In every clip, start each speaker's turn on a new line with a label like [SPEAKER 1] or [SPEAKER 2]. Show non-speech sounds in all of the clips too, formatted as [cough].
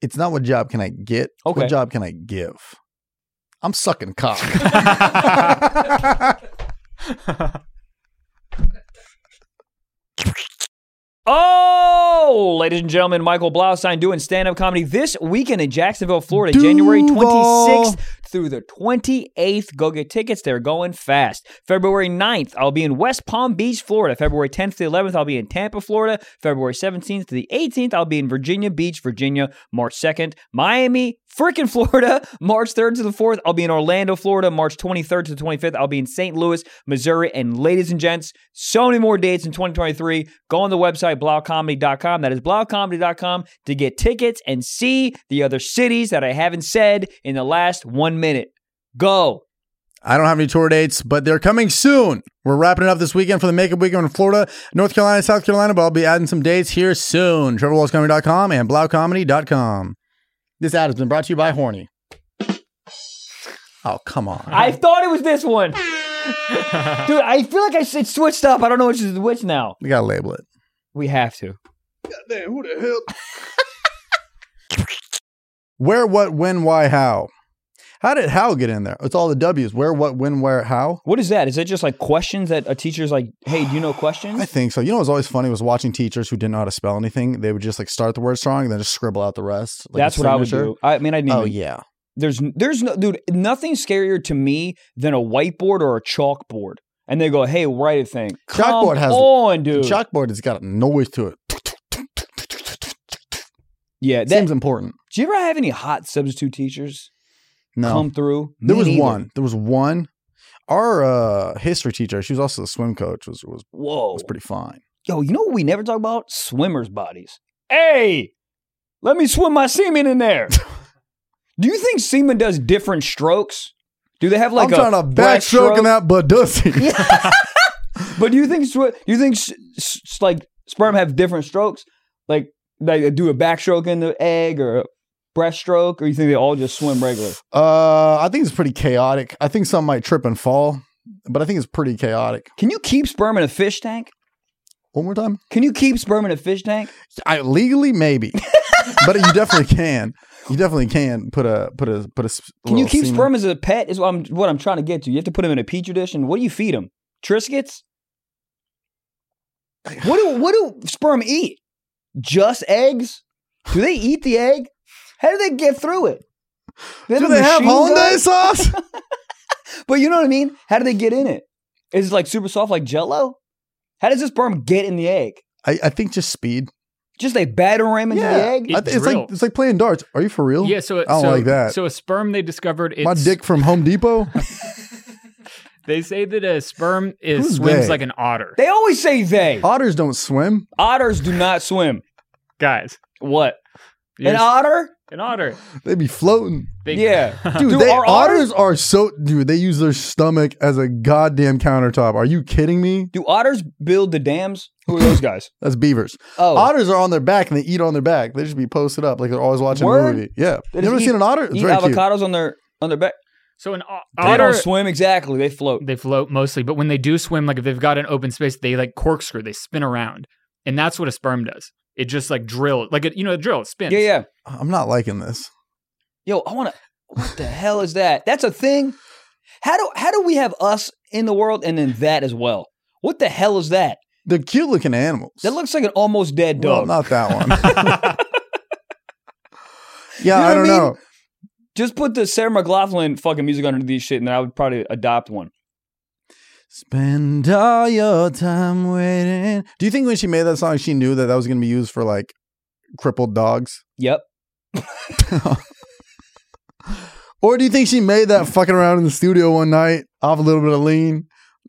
[SPEAKER 1] it's not what job can I get. it's
[SPEAKER 2] Okay.
[SPEAKER 1] What job can I give? I'm sucking
[SPEAKER 2] [laughs]
[SPEAKER 1] cock. [laughs]
[SPEAKER 2] Oh, ladies and gentlemen, Michael Blaustein doing stand up comedy this weekend in Jacksonville, Florida, January
[SPEAKER 1] Duval.
[SPEAKER 2] 26th through the 28th. Go get tickets. They're going fast. February 9th, I'll be in West Palm Beach, Florida. February 10th to the 11th, I'll be in Tampa, Florida. February 17th to the 18th, I'll be in Virginia Beach, Virginia. March 2nd, Miami, freaking Florida. [laughs] March 3rd to the 4th, I'll be in Orlando, Florida. March 23rd to the 25th, I'll be in St. Louis, Missouri. And ladies and gents, so many more dates in 2023. Go on the website, blaucomedy.com. That is blaucomedy.com to get tickets and see the other cities that I haven't said in the last one minute. Go. [laughs]
[SPEAKER 1] I don't have any tour dates, but they're coming soon. We're wrapping it up this weekend for the Makeup Weekend in Florida, North Carolina, South Carolina, but I'll be adding some dates here soon. TrevorWallsComedy.com and BlauComedy.com. This ad has been brought to you by Horny. Oh, come on.
[SPEAKER 2] I thought it was this one. [laughs] Dude, I feel like I s- it switched up. I don't know which is which now.
[SPEAKER 1] we got to label it.
[SPEAKER 2] We have to.
[SPEAKER 1] [laughs] Where, what, when, why, how. How did how get in there? It's all the W's. Where, what, when, where, how.
[SPEAKER 2] What is that? Is it just like questions that a teacher's like, hey, do you know
[SPEAKER 1] I
[SPEAKER 2] questions?
[SPEAKER 1] think so. You know, what was always funny was watching teachers who didn't know how to spell anything. They would just like start the word strong and then just scribble out the rest. like a
[SPEAKER 2] That's what I would
[SPEAKER 1] signature.
[SPEAKER 2] do. I mean, I didn't
[SPEAKER 1] Oh
[SPEAKER 2] even-
[SPEAKER 1] yeah,
[SPEAKER 2] there's there's no dude nothing scarier to me than a whiteboard or a chalkboard and they go hey write a thing Come
[SPEAKER 1] Chalkboard has-
[SPEAKER 2] on
[SPEAKER 1] The
[SPEAKER 2] dude
[SPEAKER 1] chalkboard has got a noise to it.
[SPEAKER 2] yeah
[SPEAKER 1] It
[SPEAKER 2] that,
[SPEAKER 1] seems important.
[SPEAKER 2] do you ever have any hot substitute teachers
[SPEAKER 1] No,
[SPEAKER 2] come through
[SPEAKER 1] there
[SPEAKER 2] Me
[SPEAKER 1] was
[SPEAKER 2] neither.
[SPEAKER 1] one. There was one. Our uh, history teacher, she was also the swim coach, was was
[SPEAKER 2] whoa
[SPEAKER 1] was pretty fine.
[SPEAKER 2] yo you know what we never talk about swimmers bodies hey let me swim my semen
[SPEAKER 1] [laughs]
[SPEAKER 2] in there do you think semen does different strokes do they have like
[SPEAKER 1] I'm
[SPEAKER 2] a
[SPEAKER 1] trying to
[SPEAKER 2] breaststroke?
[SPEAKER 1] backstroke in that badussy.
[SPEAKER 2] [laughs] But do you think sw- you think s- s- s- like sperm have different strokes? Like they do a backstroke in the egg or a breaststroke, or you think they all just swim regular?
[SPEAKER 1] [laughs] Uh, I think it's pretty chaotic. I think some might trip and fall, but I think it's pretty chaotic.
[SPEAKER 2] Can you keep sperm in a fish tank?
[SPEAKER 1] One more time.
[SPEAKER 2] Can you keep sperm in a fish tank?
[SPEAKER 1] I legally
[SPEAKER 2] [laughs]
[SPEAKER 1] maybe, but you definitely can. You definitely can put a put a put a. s-
[SPEAKER 2] Can you
[SPEAKER 1] little
[SPEAKER 2] keep
[SPEAKER 1] semen-
[SPEAKER 2] sperm as a pet? Is what I'm what I'm trying to get to. You have to put them in a petri dish, and what do you feed them? Triscuits.
[SPEAKER 1] [sighs]
[SPEAKER 2] What do what do sperm eat? Just eggs? Do they eat the egg? How do they get through it?
[SPEAKER 1] Do
[SPEAKER 2] a
[SPEAKER 1] they have
[SPEAKER 2] machine gun?
[SPEAKER 1] hollandaise sauce?
[SPEAKER 2] [laughs] But you know what I mean? How do they get in it? Is it like super soft like jello? How does this sperm get in the egg?
[SPEAKER 1] I, I think just speed.
[SPEAKER 2] Just they batter ram into the egg?
[SPEAKER 1] I
[SPEAKER 3] It's
[SPEAKER 1] th- it's
[SPEAKER 3] real.
[SPEAKER 1] like it's like playing darts. Are you for real?
[SPEAKER 3] Yeah, so it-
[SPEAKER 1] I don't
[SPEAKER 3] so,
[SPEAKER 1] like that.
[SPEAKER 3] So a sperm they discovered. It's,
[SPEAKER 1] My dick from Home
[SPEAKER 2] [laughs]
[SPEAKER 1] Depot.
[SPEAKER 3] They say that a sperm
[SPEAKER 1] Who's
[SPEAKER 3] is swims
[SPEAKER 1] they?
[SPEAKER 3] like an otter.
[SPEAKER 2] They always say they.
[SPEAKER 1] Otters don't swim.
[SPEAKER 2] Otters do not swim.
[SPEAKER 3] Guys,
[SPEAKER 2] What?
[SPEAKER 3] you're
[SPEAKER 2] An
[SPEAKER 3] s-
[SPEAKER 2] otter?
[SPEAKER 3] an otter.
[SPEAKER 1] They be floating.
[SPEAKER 3] They-
[SPEAKER 2] Yeah.
[SPEAKER 1] Dude,
[SPEAKER 2] Do
[SPEAKER 1] they,
[SPEAKER 2] our
[SPEAKER 1] otters are so dude. They use their stomach as a goddamn countertop. Are you kidding me?
[SPEAKER 2] Do otters build the dams? Who are those guys?
[SPEAKER 1] That's beavers. [laughs]
[SPEAKER 2] Oh,
[SPEAKER 1] Otters are on their back and they eat on their back. They should be posted up like they're always watching a
[SPEAKER 2] Word?
[SPEAKER 1] movie. Yeah,
[SPEAKER 2] They
[SPEAKER 1] you
[SPEAKER 2] just
[SPEAKER 1] ever
[SPEAKER 2] eat-
[SPEAKER 1] seen an otter? It's
[SPEAKER 2] eat
[SPEAKER 1] very cute.
[SPEAKER 2] avocados on their on their back.
[SPEAKER 3] So an o-
[SPEAKER 2] They don't
[SPEAKER 3] otter.
[SPEAKER 2] swim exactly. They float.
[SPEAKER 3] They float mostly, but when they do swim, like if they've got an open space, they like corkscrew, they spin around, and that's what a sperm does. It just like drills, like it, you know, a drill, it spins.
[SPEAKER 2] Yeah,
[SPEAKER 3] [laughs]
[SPEAKER 2] yeah.
[SPEAKER 1] I'm not liking this.
[SPEAKER 2] Yo, I want to. What the hell is that? That's a thing. How do how do we have us in the world and then that as well? What the hell is that?
[SPEAKER 1] They're cute looking animals.
[SPEAKER 2] That looks like an almost dead
[SPEAKER 1] well,
[SPEAKER 2] dog.
[SPEAKER 1] not that
[SPEAKER 2] [laughs]
[SPEAKER 1] one. [laughs]
[SPEAKER 3] Uh,
[SPEAKER 1] yeah,
[SPEAKER 2] You know
[SPEAKER 1] I don't
[SPEAKER 2] what I
[SPEAKER 1] know.
[SPEAKER 2] Just put the Sarah McLaughlin fucking music under these shit, and then I would probably adopt one.
[SPEAKER 1] Spend all your time waiting. Do you think when she made that song, she knew that that was going to be used for like crippled dogs?
[SPEAKER 2] Yep.
[SPEAKER 1] Or do you think she made that fucking around in the studio one night off a little bit of lean?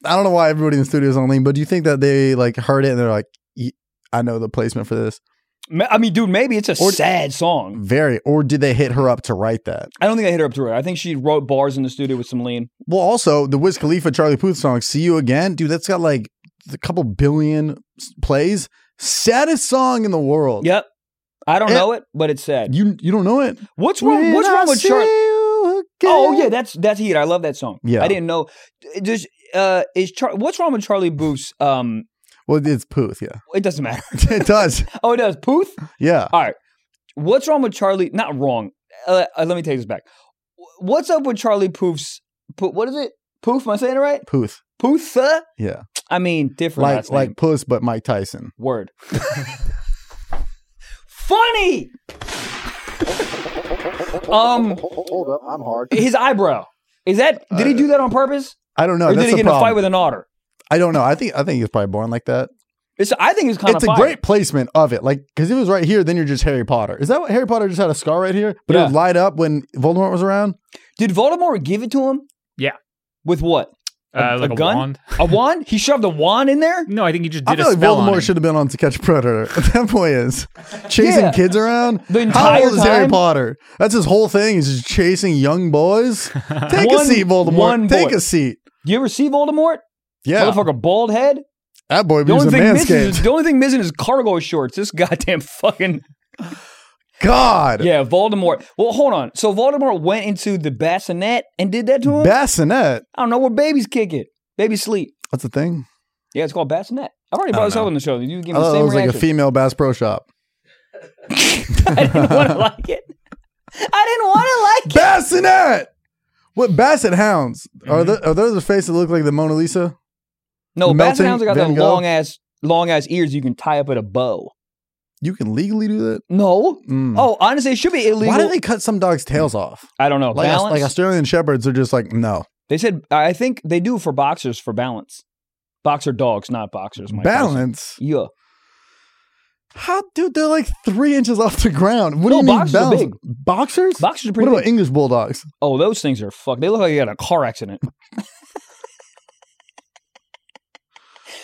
[SPEAKER 1] I don't know why everybody in the studio is on lean, but do you think that they like heard it and they're like, "Ye- I know the placement for this?
[SPEAKER 2] Ma- I mean, dude, maybe it's a
[SPEAKER 1] Or- Mm.
[SPEAKER 2] sad song.
[SPEAKER 1] Very. Or did they hit her up to write that?
[SPEAKER 2] I don't think I hit her up to her. I think she wrote bars in the studio with some lean.
[SPEAKER 1] Well, also the Wiz Khalifa Charlie Puth song "See You Again," dude, that's got like a couple billion s- plays. Saddest song in the world.
[SPEAKER 2] Yep. I don't
[SPEAKER 1] Eh.
[SPEAKER 2] know it, but it's sad.
[SPEAKER 1] You you don't know it?
[SPEAKER 2] What's wrong?
[SPEAKER 1] When
[SPEAKER 2] What's
[SPEAKER 1] I
[SPEAKER 2] wrong with
[SPEAKER 1] see
[SPEAKER 2] Charlie?
[SPEAKER 1] you again.
[SPEAKER 2] Oh yeah, that's that's heat. I love that song.
[SPEAKER 1] Yeah.
[SPEAKER 2] I didn't know. Just uh, is Char- what's wrong with Charlie Booth's? Um,
[SPEAKER 1] Well, it's Puth. Yeah, [laughs]
[SPEAKER 2] it doesn't matter. [laughs]
[SPEAKER 1] it does.
[SPEAKER 2] Oh, it does. Puth.
[SPEAKER 1] Yeah.
[SPEAKER 2] All right. What's wrong with Charlie? Not wrong. Uh, uh, let me take this back. What's up with Charlie Poof's? Po- what is it? Poof? Am I saying it right?
[SPEAKER 1] Poof.
[SPEAKER 2] Pootha?
[SPEAKER 1] Yeah.
[SPEAKER 2] I mean, different
[SPEAKER 1] like
[SPEAKER 2] last name.
[SPEAKER 1] like puss, but Mike Tyson. [laughs]
[SPEAKER 2] Word. Funny. um,
[SPEAKER 4] Hold up, I'm hard.
[SPEAKER 2] his eyebrow. Is that? Did he do that on purpose,
[SPEAKER 1] I don't know.
[SPEAKER 2] or
[SPEAKER 1] Uh, That's
[SPEAKER 2] did he
[SPEAKER 1] the
[SPEAKER 2] get in a
[SPEAKER 1] problem.
[SPEAKER 2] fight with an otter?
[SPEAKER 1] I don't know. I think I think he was probably born like that.
[SPEAKER 2] It's. I think it's kind
[SPEAKER 1] it's a
[SPEAKER 2] of.
[SPEAKER 1] great placement of it, like because if it was right here, then you're just Harry Potter. Is that what Harry Potter just had a scar right here? But it
[SPEAKER 2] Yeah.
[SPEAKER 1] would light up when Voldemort was around.
[SPEAKER 2] Did Voldemort give it to him?
[SPEAKER 3] Yeah.
[SPEAKER 2] With what?
[SPEAKER 3] Uh,
[SPEAKER 2] a
[SPEAKER 3] like a,
[SPEAKER 2] gun?
[SPEAKER 3] wand.
[SPEAKER 2] A wand? he shoved a wand in there.
[SPEAKER 3] No, I think he just
[SPEAKER 1] I
[SPEAKER 3] did
[SPEAKER 1] feel
[SPEAKER 3] a
[SPEAKER 1] like
[SPEAKER 3] spell on him.
[SPEAKER 1] Voldemort should have been on to catch a predator. [laughs] That boy is chasing
[SPEAKER 2] Yeah.
[SPEAKER 1] kids around.
[SPEAKER 2] The
[SPEAKER 1] How
[SPEAKER 2] entire
[SPEAKER 1] old is Harry
[SPEAKER 2] time?
[SPEAKER 1] Potter? That's his whole thing. He's just chasing young
[SPEAKER 2] [laughs]
[SPEAKER 1] boys. Take a
[SPEAKER 2] One-
[SPEAKER 1] seat, Voldemort.
[SPEAKER 2] one
[SPEAKER 1] Take
[SPEAKER 2] boy.
[SPEAKER 1] a seat.
[SPEAKER 2] You ever see Voldemort?
[SPEAKER 1] Yeah,
[SPEAKER 2] Motherfucker, bald head.
[SPEAKER 1] that boy
[SPEAKER 2] The
[SPEAKER 1] was
[SPEAKER 2] only
[SPEAKER 1] a
[SPEAKER 2] thing missing is
[SPEAKER 1] manscaped.
[SPEAKER 2] the only thing missing is cargo shorts. This [laughs] goddamn fucking
[SPEAKER 1] [laughs] God,
[SPEAKER 2] yeah, Voldemort. Well, hold on. So Voldemort went into the bassinet and did that to him.
[SPEAKER 1] bassinet.
[SPEAKER 2] I don't know where babies kick it. Babies sleep.
[SPEAKER 1] That's the thing.
[SPEAKER 2] Yeah, it's called bassinet. I've already brought this up on the show. You give me
[SPEAKER 1] I
[SPEAKER 2] the
[SPEAKER 1] thought it
[SPEAKER 2] same
[SPEAKER 1] was like a
[SPEAKER 2] reaction.
[SPEAKER 1] female Bass Pro Shop.
[SPEAKER 2] [laughs] I didn't want to like it. I
[SPEAKER 1] [laughs]
[SPEAKER 2] didn't want to like it.
[SPEAKER 1] Bassinet. What Basset hounds
[SPEAKER 2] Mm-hmm.
[SPEAKER 1] are? tho- are those the face that look like the Mona Lisa?
[SPEAKER 2] No,
[SPEAKER 1] Melting
[SPEAKER 2] basset hounds got
[SPEAKER 1] Van
[SPEAKER 2] them
[SPEAKER 1] Gogh?
[SPEAKER 2] long ass, long ass ears you can tie up at a bow.
[SPEAKER 1] You can legally do that.
[SPEAKER 2] No.
[SPEAKER 1] Mm.
[SPEAKER 2] Oh, honestly, it should be illegal.
[SPEAKER 1] Why do they cut some dogs' tails off?
[SPEAKER 2] I don't know.
[SPEAKER 1] Like, Aus-
[SPEAKER 2] balance.
[SPEAKER 1] like Australian shepherds are just like no
[SPEAKER 2] they said. I think they do for boxers for balance. Boxer dogs, not boxers. Mike Tyson.
[SPEAKER 1] balance.
[SPEAKER 2] Yeah.
[SPEAKER 1] How, dude? They're like three inches off the ground. What
[SPEAKER 2] No,
[SPEAKER 1] do you mean
[SPEAKER 2] boxers are
[SPEAKER 1] balance?
[SPEAKER 2] big.
[SPEAKER 1] Boxers?
[SPEAKER 2] Boxers are
[SPEAKER 1] what
[SPEAKER 2] pretty
[SPEAKER 1] about
[SPEAKER 2] big.
[SPEAKER 1] English bulldogs?
[SPEAKER 2] Oh, those things are fucked. They look like they got in a car
[SPEAKER 1] [laughs]
[SPEAKER 2] accident.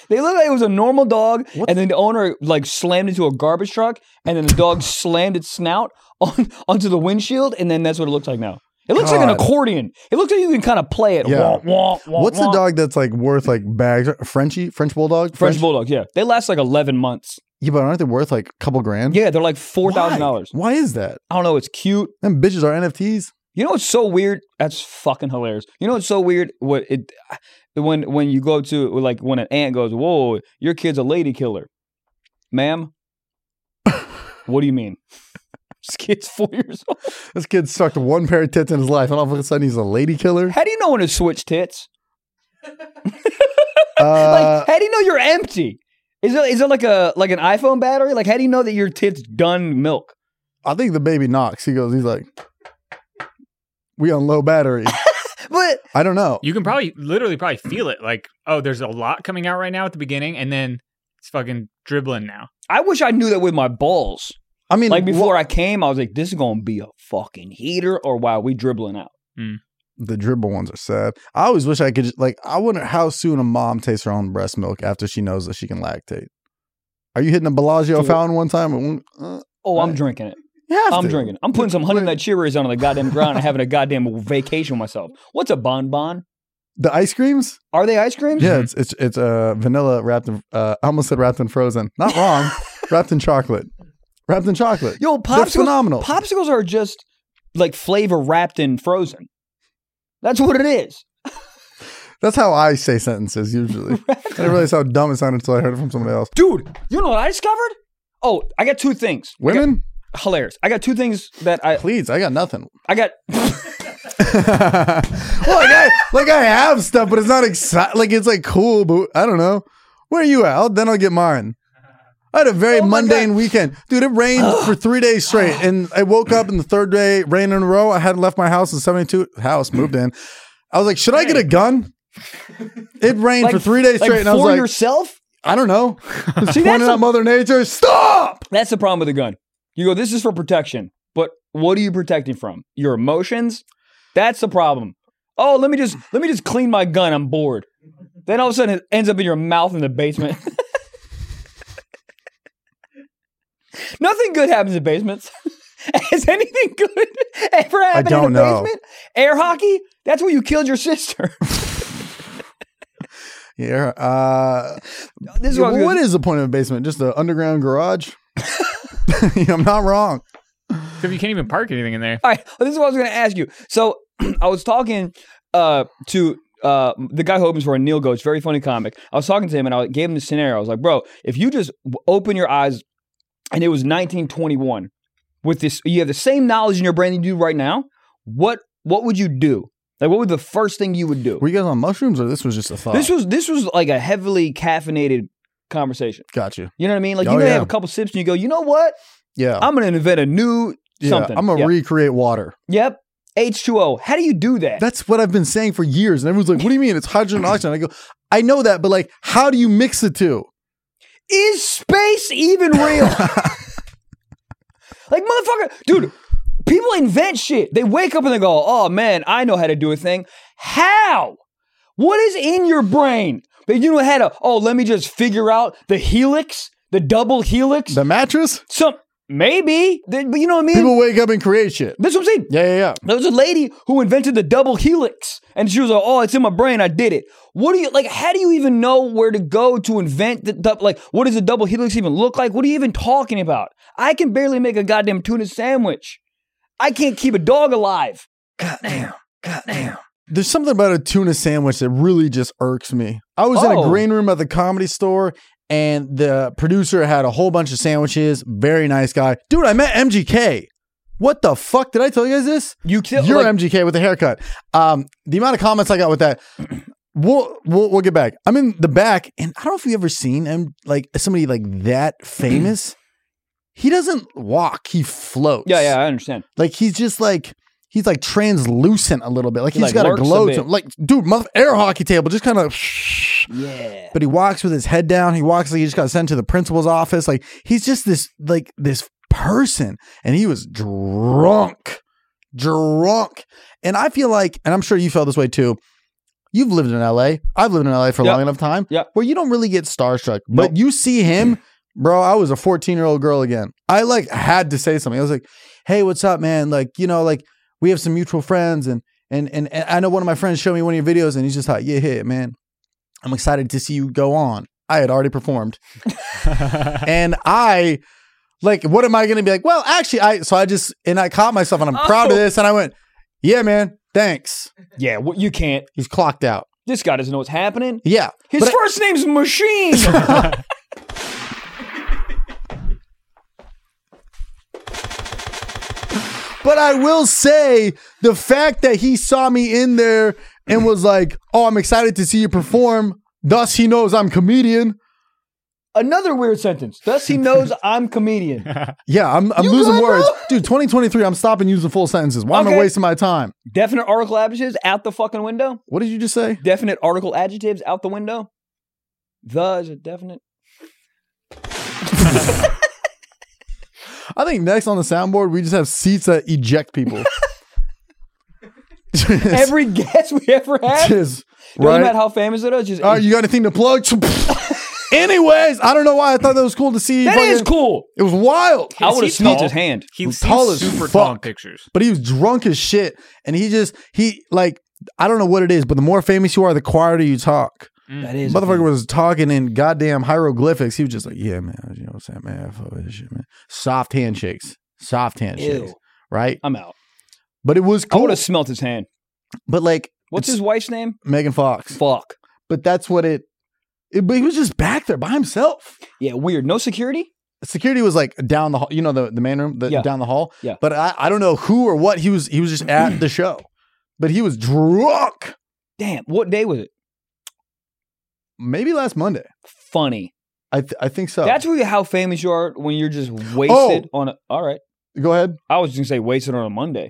[SPEAKER 2] they look like it was a normal dog,
[SPEAKER 1] What?
[SPEAKER 2] and then the owner like slammed into a garbage truck, and then the dog slammed its snout [laughs] on onto the windshield, and then that's what it looks like now. It looks like an
[SPEAKER 1] God.
[SPEAKER 2] accordion. It looks like you can kind of play it.
[SPEAKER 1] Yeah.
[SPEAKER 2] Wah, wah, wah,
[SPEAKER 1] What's
[SPEAKER 2] wah.
[SPEAKER 1] the dog that's like worth like bags? Frenchie, French bulldog,
[SPEAKER 2] French, bulldogs. Yeah, they last like eleven months.
[SPEAKER 1] Yeah, but aren't they worth like a couple grand?
[SPEAKER 2] Yeah, they're like four
[SPEAKER 1] Why?
[SPEAKER 2] thousand dollars.
[SPEAKER 1] Why is that?
[SPEAKER 2] I don't know. It's cute.
[SPEAKER 1] Them bitches are NFTs.
[SPEAKER 2] You know what's so weird? That's fucking hilarious. You know what's so weird? What it when when you go to like when an aunt goes, "Whoa, your kid's a lady killer,"
[SPEAKER 1] [laughs]
[SPEAKER 2] ma'am. what do you mean? This kid's four years old.
[SPEAKER 1] This kid stuck to one pair of tits in his life, and all of a sudden he's a lady killer.
[SPEAKER 2] How do you know when to switch tits? [laughs] Like,
[SPEAKER 1] Uh,
[SPEAKER 2] how do you know you're empty? Is it is it like a like an iPhone battery? Like, how do you know that your tits done milk?
[SPEAKER 1] I think the baby knocks. He goes, he's like, "We on low
[SPEAKER 2] [laughs]
[SPEAKER 1] battery."
[SPEAKER 2] But
[SPEAKER 1] I don't know.
[SPEAKER 3] You can probably literally probably feel it. Like, oh, there's a lot coming out right now at the beginning, and then it's fucking dribbling now.
[SPEAKER 2] I wish I knew that with my balls.
[SPEAKER 1] I mean,
[SPEAKER 2] Like before
[SPEAKER 1] wha-
[SPEAKER 2] I came, I was like, "This is gonna be a fucking heater," or "Wow, we dribbling out."
[SPEAKER 1] the dribble ones are sad. I always wish I could. Just, like, I wonder how soon a mom tastes her own breast milk after she knows that she can lactate. Are you hitting a Bellagio
[SPEAKER 2] Dude.
[SPEAKER 1] fountain one time? and one- uh,
[SPEAKER 2] Oh, I'm
[SPEAKER 1] Right.
[SPEAKER 2] drinking it.
[SPEAKER 1] you have
[SPEAKER 2] I'm
[SPEAKER 1] to.
[SPEAKER 2] drinking. I'm putting some hundred nut cheerers on the goddamn ground and having a goddamn vacation with myself. What's a bonbon?
[SPEAKER 1] the ice creams.
[SPEAKER 2] Are they ice creams?
[SPEAKER 1] Yeah, it's it's it's uh, vanilla wrapped in. Uh, I almost said wrapped in frozen. Not
[SPEAKER 2] [laughs]
[SPEAKER 1] wrong. wrapped in chocolate. Wrapped in chocolate.
[SPEAKER 2] Yo,
[SPEAKER 1] They're
[SPEAKER 2] popsicles.
[SPEAKER 1] phenomenal.
[SPEAKER 2] Popsicles are just like flavor wrapped in frozen. That's what it is.
[SPEAKER 1] That's how I say sentences
[SPEAKER 2] [laughs]
[SPEAKER 1] usually. I didn't realize how dumb it sounded until I heard it from somebody else.
[SPEAKER 2] Dude, you know what I discovered? Oh, I got two things. I got-
[SPEAKER 1] Women,
[SPEAKER 2] hilarious. I got two things that I
[SPEAKER 1] please, I got nothing. [laughs]
[SPEAKER 2] I got
[SPEAKER 1] well, [laughs] like I like I have stuff, but it's not exciting. Like it's like cool, but I don't know. Where are you at? I'll, then I'll get mine. I had a very
[SPEAKER 2] Oh my
[SPEAKER 1] mundane weekend, dude. It rained
[SPEAKER 2] [gasps]
[SPEAKER 1] for three days straight,
[SPEAKER 2] [sighs]
[SPEAKER 1] and I woke up in the third day rain in a row. I hadn't left my house in seventy-two house moved in. I was like, should I get a gun? It rained
[SPEAKER 2] like
[SPEAKER 1] for three days
[SPEAKER 2] like
[SPEAKER 1] straight, and I
[SPEAKER 2] for
[SPEAKER 1] was like,
[SPEAKER 2] yourself.
[SPEAKER 1] I don't
[SPEAKER 2] [laughs]
[SPEAKER 1] know. Just pointing
[SPEAKER 2] a-
[SPEAKER 1] out Mother Nature, stop.
[SPEAKER 2] That's the problem with a gun. You go, this is for protection, but what are you protecting from? Your emotions? That's the problem. Oh, let me just let me just clean my gun. I'm bored. Then all of a sudden it ends up in your mouth in the basement. [laughs] Nothing good happens in basements. [laughs] Has anything good [laughs] ever happened
[SPEAKER 1] don't
[SPEAKER 2] in a
[SPEAKER 1] know.
[SPEAKER 2] basement? Air hockey? That's where you killed your sister.
[SPEAKER 1] Yeah. Uh,
[SPEAKER 2] this is
[SPEAKER 1] Yeah,
[SPEAKER 2] what
[SPEAKER 1] but
[SPEAKER 2] I was gonna-
[SPEAKER 1] what is the point of a basement? Just an underground
[SPEAKER 2] [laughs]
[SPEAKER 1] garage? [laughs] Yeah, I'm not wrong.
[SPEAKER 3] Because you can't even park anything in
[SPEAKER 1] [laughs]
[SPEAKER 3] there.
[SPEAKER 2] All right, well, this is what I was going to ask you. So [clears throat] I was talking uh, to uh, the guy who opens for a Neil Goats, very funny comic. I was talking to him and I gave him the scenario. I was like, bro, if you just w- open your eyes and it was 1921, with this, you have the same knowledge in your brain you do right now. What what would you do? Like, what would the first thing you would do?
[SPEAKER 1] Were you guys on mushrooms or this was just a thought?
[SPEAKER 2] This was this was like a heavily caffeinated conversation.
[SPEAKER 1] got you.
[SPEAKER 2] You know what I mean? Like, you
[SPEAKER 1] Oh,
[SPEAKER 2] may
[SPEAKER 1] yeah.
[SPEAKER 2] have a couple sips and you go, you know what?
[SPEAKER 1] Yeah.
[SPEAKER 2] I'm gonna invent a new
[SPEAKER 1] yeah.
[SPEAKER 2] Oh, something.
[SPEAKER 1] I'm gonna
[SPEAKER 2] Yep.
[SPEAKER 1] recreate water.
[SPEAKER 2] Yep. H2O. How do you do that?
[SPEAKER 1] That's what I've been saying for years. And everyone's like, what do you mean? It's hydrogen and oxygen. I go, I know that, but like, how do you mix the two?
[SPEAKER 2] Is space
[SPEAKER 1] [laughs]
[SPEAKER 2] even real? like, motherfucker, dude, people invent shit. They wake up and they go, oh man, I know how to do a thing. How? What is in your brain? But you know how to, oh, let me just figure out the helix, the double helix.
[SPEAKER 1] The mattress?
[SPEAKER 2] Some, maybe. Th- But you know what I mean?
[SPEAKER 1] People wake up and create shit.
[SPEAKER 2] That's what I'm saying.
[SPEAKER 1] Yeah, yeah, yeah.
[SPEAKER 2] There was a lady who invented the double helix, and she was like, "Oh, it's in my brain. I did it." What do you like? How do you even know where to go to invent the dou- like? What does a double helix even look like? What are you even talking about? I can barely make a goddamn tuna sandwich. I can't keep a dog alive. Goddamn. Goddamn.
[SPEAKER 1] There's something about a tuna sandwich that really just irks me. I was in a
[SPEAKER 2] Oh.
[SPEAKER 1] green room at the comedy store and the producer had a whole bunch of sandwiches. Very nice guy. Dude, I met MGK. What the fuck? Did I tell you guys this?
[SPEAKER 2] You kill.
[SPEAKER 1] You're
[SPEAKER 2] like,
[SPEAKER 1] MGK with a haircut. Um, the amount of comments I got with that. [clears throat] We'll, we'll we'll get back. I'm in the back, and I don't know if you've ever seen him like somebody like that famous. [clears throat] he doesn't walk; he floats.
[SPEAKER 2] yeah, yeah, I understand.
[SPEAKER 1] Like he's just like he's like translucent a little bit. Like he's
[SPEAKER 2] Like,
[SPEAKER 1] got a
[SPEAKER 2] lurks a
[SPEAKER 1] glow to
[SPEAKER 2] bit.
[SPEAKER 1] him. Like dude, mother, air hockey table just kind of.
[SPEAKER 2] Yeah.
[SPEAKER 1] But he walks with his head down. He walks like he just got sent to the principal's office. Like he's just this like this person, and he was drunk, drunk. And I feel like, and I'm sure you felt this way too. You've lived in LA. I've lived in LA for a
[SPEAKER 2] Yep.
[SPEAKER 1] long enough time.
[SPEAKER 2] Yep.
[SPEAKER 1] Where you don't really get starstruck, but
[SPEAKER 2] Nope.
[SPEAKER 1] you see him, bro. I was a 14 year old girl again. I like had to say something. I was like, "Hey, what's up, man? Like, you know, like we have some mutual friends, and and and, and I know one of my friends showed me one of your videos, and he's just like, yeah, yeah, man. I'm excited to see you go on. I had already performed,
[SPEAKER 2] [laughs]
[SPEAKER 1] and I, like, what am I going to be like? Well, actually, I so I just and I caught myself, and I'm proud of
[SPEAKER 2] Oh.
[SPEAKER 1] this, and I went, yeah, man, thanks.
[SPEAKER 2] Yeah. What you can't.
[SPEAKER 1] He's clocked out.
[SPEAKER 2] This guy doesn't know what's happening.
[SPEAKER 1] Yeah,
[SPEAKER 2] His
[SPEAKER 1] But I-
[SPEAKER 2] first
[SPEAKER 1] [laughs]
[SPEAKER 2] name's Machine.
[SPEAKER 1] But I will say the fact that he saw me in there and was like, "Oh, I'm excited to see you perform." Thus, he knows I'm comedian.
[SPEAKER 2] Another weird sentence. Thus, he knows I'm comedian.
[SPEAKER 1] [laughs] Yeah, I'm, I'm
[SPEAKER 2] You
[SPEAKER 1] losing
[SPEAKER 2] good,
[SPEAKER 1] words,
[SPEAKER 2] bro?
[SPEAKER 1] dude. 2023, I'm stopping using full sentences. Why am I
[SPEAKER 2] Okay.
[SPEAKER 1] wasting my time?
[SPEAKER 2] Definite article adjectives out the fucking window.
[SPEAKER 1] What did you just say?
[SPEAKER 2] Definite article adjectives out the window. The is a definite.
[SPEAKER 1] I think next on the soundboard, we just have seats that eject
[SPEAKER 2] [laughs]
[SPEAKER 1] people. Just-
[SPEAKER 2] Every guest we ever
[SPEAKER 1] [laughs]
[SPEAKER 2] had. Doesn't
[SPEAKER 1] just, right? Uh,
[SPEAKER 2] matter how famous it is. Just,
[SPEAKER 1] All right, you got anything to plug? [laughs] Anyways, I don't know why I thought that was cool to see.
[SPEAKER 2] that
[SPEAKER 1] fucking-
[SPEAKER 2] is cool.
[SPEAKER 1] It was wild.
[SPEAKER 2] I would have
[SPEAKER 3] he
[SPEAKER 2] sneezed
[SPEAKER 3] tall?
[SPEAKER 2] his hand.
[SPEAKER 3] He's
[SPEAKER 1] Tall
[SPEAKER 3] tall
[SPEAKER 1] as
[SPEAKER 3] super
[SPEAKER 1] fuck.
[SPEAKER 3] tall in pictures.
[SPEAKER 1] but he was drunk as shit. And he just he like I don't know what it is, but the more famous you are, the quieter you talk.
[SPEAKER 2] That is.
[SPEAKER 1] Motherfucker was talking in goddamn hieroglyphics. He was just like, "Yeah, man, you know what I'm saying, man, fuck this shit, man." Soft handshakes, soft handshakes,
[SPEAKER 2] Ew.
[SPEAKER 1] right?
[SPEAKER 2] I'm out.
[SPEAKER 1] But it was
[SPEAKER 2] I would
[SPEAKER 1] cool.
[SPEAKER 2] have smelt his hand.
[SPEAKER 1] But like
[SPEAKER 2] What's
[SPEAKER 1] It's-
[SPEAKER 2] his wife's name?
[SPEAKER 1] Megan Fox,
[SPEAKER 2] Fuck.
[SPEAKER 1] but that's what it. it but he was just back there by himself.
[SPEAKER 2] Yeah, weird. No security?
[SPEAKER 1] security was like down the hall, you know, the, the main room, the,
[SPEAKER 2] Yeah.
[SPEAKER 1] down the hall.
[SPEAKER 2] Yeah.
[SPEAKER 1] But I, I don't know who or what he was. He was just at
[SPEAKER 2] [clears throat]
[SPEAKER 1] the show, but he was drunk.
[SPEAKER 2] Damn. What day was it?
[SPEAKER 1] Maybe last Monday.
[SPEAKER 2] Funny.
[SPEAKER 1] I th- I think so. Oh.
[SPEAKER 2] That's really how famous you are when you're just wasted on a. All right.
[SPEAKER 1] Go ahead.
[SPEAKER 2] I was just going to say wasted on a Monday.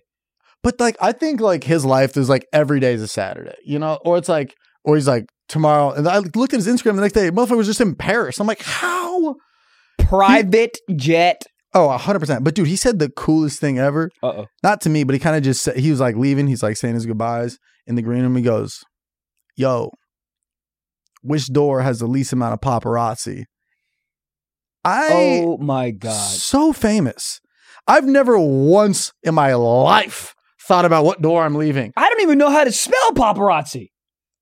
[SPEAKER 1] But like, I think like his life is like every day is a Saturday, you know, or it's like, or he's like tomorrow. And I looked at his Instagram the next day. Motherfucker was just in Paris. I'm like, how?
[SPEAKER 2] Private jet.
[SPEAKER 1] Oh, 100%. But dude, he said the coolest thing ever.
[SPEAKER 2] Uh oh.
[SPEAKER 1] Not to me, but he kind of just said, he was like leaving. He's like saying his goodbyes in the green room. He goes, yo, which door has the least amount of paparazzi? I.
[SPEAKER 2] Oh my God.
[SPEAKER 1] so famous. I've never once in my life thought about what door I'm leaving.
[SPEAKER 2] I don't even know how to spell paparazzi.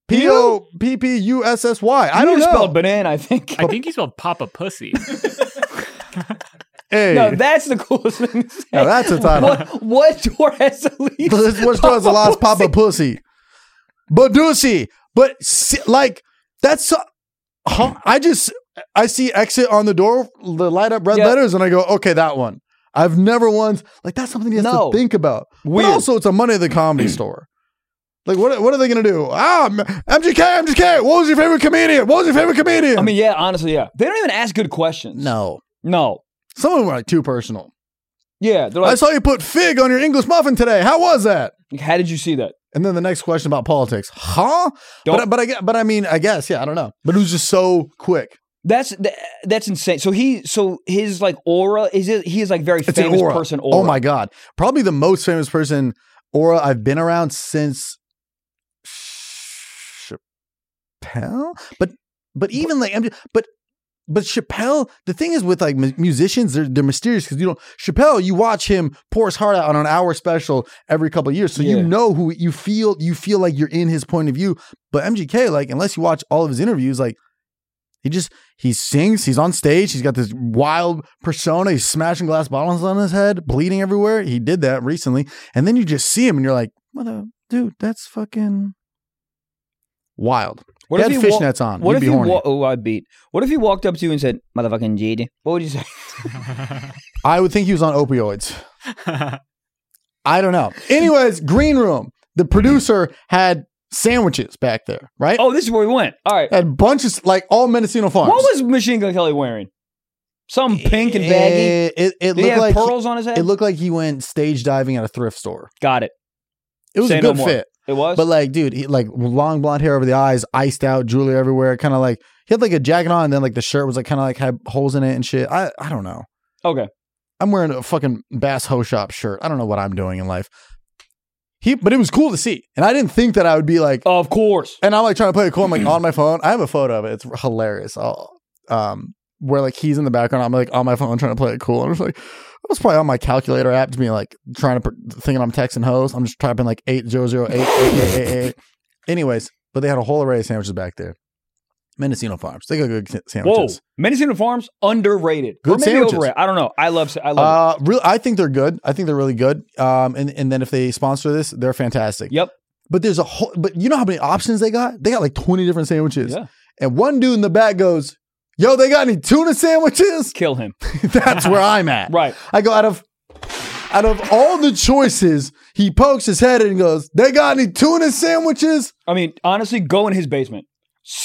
[SPEAKER 1] P O P P U S S Y. I
[SPEAKER 2] You
[SPEAKER 1] don't know.
[SPEAKER 2] spelled banana, I think.
[SPEAKER 3] I think he spelled
[SPEAKER 1] [laughs]
[SPEAKER 3] Papa Pussy.
[SPEAKER 1] hey,
[SPEAKER 2] [laughs] no, that's the coolest thing to say.
[SPEAKER 1] Now that's [laughs] a title.
[SPEAKER 2] What, what door has the least?
[SPEAKER 1] this which door is the
[SPEAKER 2] [laughs]
[SPEAKER 1] last
[SPEAKER 2] Papa
[SPEAKER 1] Papa Pussy? But Doocy, but si- like that's uh, so, huh, I just I see exit on the door, the light up red
[SPEAKER 2] Yeah.
[SPEAKER 1] letters, and I go, okay, that one. I've never once like that's something he has
[SPEAKER 2] No.
[SPEAKER 1] to think about.
[SPEAKER 2] Weird.
[SPEAKER 1] But also, it's a Monday at the
[SPEAKER 2] [clears throat]
[SPEAKER 1] Comedy Store. Like what? What are they gonna do? Ah, M- MGK, MGK. What was your favorite comedian? What was your favorite comedian?
[SPEAKER 2] I mean, yeah, honestly, yeah. They don't even ask good questions.
[SPEAKER 1] no.
[SPEAKER 2] No.
[SPEAKER 1] Some of them are like too personal.
[SPEAKER 2] Yeah. They're
[SPEAKER 1] I
[SPEAKER 2] like,
[SPEAKER 1] saw you put fig on your English muffin today. How was that?
[SPEAKER 2] how did you see that?
[SPEAKER 1] And then the next question about politics, huh?
[SPEAKER 2] Don't-
[SPEAKER 1] But, but I gue- but I mean I guess yeah I don't know. But it was just so quick.
[SPEAKER 2] That's th- that's insane. So he so his like aura is it, he is like very
[SPEAKER 1] It's an
[SPEAKER 2] famous
[SPEAKER 1] aura.
[SPEAKER 2] person aura.
[SPEAKER 1] Oh my god, probably the most famous person aura I've been around since Chappelle. But but even like I'm just, but but Chappelle. The thing is with like mu- musicians, they're they're mysterious because you don't Chappelle. You watch him pour his heart out on an hour special every couple of years, so
[SPEAKER 2] Yeah.
[SPEAKER 1] you know who you feel you feel like you're in his point of view. But MGK, like unless you watch all of his interviews, like. He just he sings. He's on stage. He's got this wild persona. He's smashing glass bottles on his head, bleeding everywhere. He did that recently, and then you just see him, and you're like, "Mother, dude, that's fucking wild."
[SPEAKER 2] What
[SPEAKER 1] he
[SPEAKER 2] if
[SPEAKER 1] had
[SPEAKER 2] he wa-
[SPEAKER 1] fishnets on.
[SPEAKER 2] What
[SPEAKER 1] He'd
[SPEAKER 2] if
[SPEAKER 1] be
[SPEAKER 2] he
[SPEAKER 1] horny.
[SPEAKER 2] wa- oh I beat? What if he walked up to you and said, "Motherfucking JD"? What would you say?
[SPEAKER 1] I would think he was on opioids.
[SPEAKER 3] yeah.
[SPEAKER 1] I don't know. Anyways, green room. The producer had sandwiches back there, right?
[SPEAKER 2] Oh, this is where we went. All right.
[SPEAKER 1] Had bunches like all Mendocino farms.
[SPEAKER 2] What was Machine Gun Kelly wearing? Something pink and baggy.
[SPEAKER 1] It, it, it
[SPEAKER 2] Did he
[SPEAKER 1] looked
[SPEAKER 2] have
[SPEAKER 1] like
[SPEAKER 2] pearls on his head?
[SPEAKER 1] it looked like he went stage diving at a thrift store.
[SPEAKER 2] Got it.
[SPEAKER 1] It was
[SPEAKER 2] Say
[SPEAKER 1] a
[SPEAKER 2] no
[SPEAKER 1] good
[SPEAKER 2] more.
[SPEAKER 1] fit.
[SPEAKER 2] It was.
[SPEAKER 1] But like, dude, he, like long blonde hair over the eyes, iced out, jewelry everywhere. Kind of like he had like a jacket on, and then like the shirt was like kind of like had holes in it and shit. I I don't know.
[SPEAKER 2] okay.
[SPEAKER 1] I'm wearing a fucking Bass Ho Shop shirt. I don't know what I'm doing in life. He, but it was cool to see, and I didn't think that I would be like.
[SPEAKER 2] Of course.
[SPEAKER 1] And I'm like trying to play it cool. I'm like on my phone. I have a photo of it. It's hilarious. I'll, um, where like he's in the background. I'm like on my phone trying to play it cool. I'm just like, I was probably on my calculator app to be like trying to pr- thinking I'm texting hoes. I'm just typing like eight zero zero eight eight eight eight eight. Anyways, but they had a whole array of sandwiches back there. Mendocino Farms. They got good sa-
[SPEAKER 2] Whoa.
[SPEAKER 1] sandwiches.
[SPEAKER 2] Mendocino Farms underrated.
[SPEAKER 1] Good
[SPEAKER 2] or maybe
[SPEAKER 1] sandwiches.
[SPEAKER 2] overrated. I don't know. I love. I love.
[SPEAKER 1] Uh, real. I think they're good. I think they're really good. Um, and and then if they sponsor this, they're fantastic.
[SPEAKER 2] Yep.
[SPEAKER 1] But there's a whole. But you know how many options they got? They got like twenty different
[SPEAKER 2] it.
[SPEAKER 1] sandwiches.
[SPEAKER 2] Yeah.
[SPEAKER 1] And one dude in the back goes, Yo, they got any tuna sandwiches? [laughs]
[SPEAKER 2] Kill him.
[SPEAKER 1] That's where I'm at.
[SPEAKER 2] [laughs] Right.
[SPEAKER 1] I go out of out of all the choices, he pokes his head in and goes, They got any tuna sandwiches?
[SPEAKER 2] I mean, honestly, go in his basement.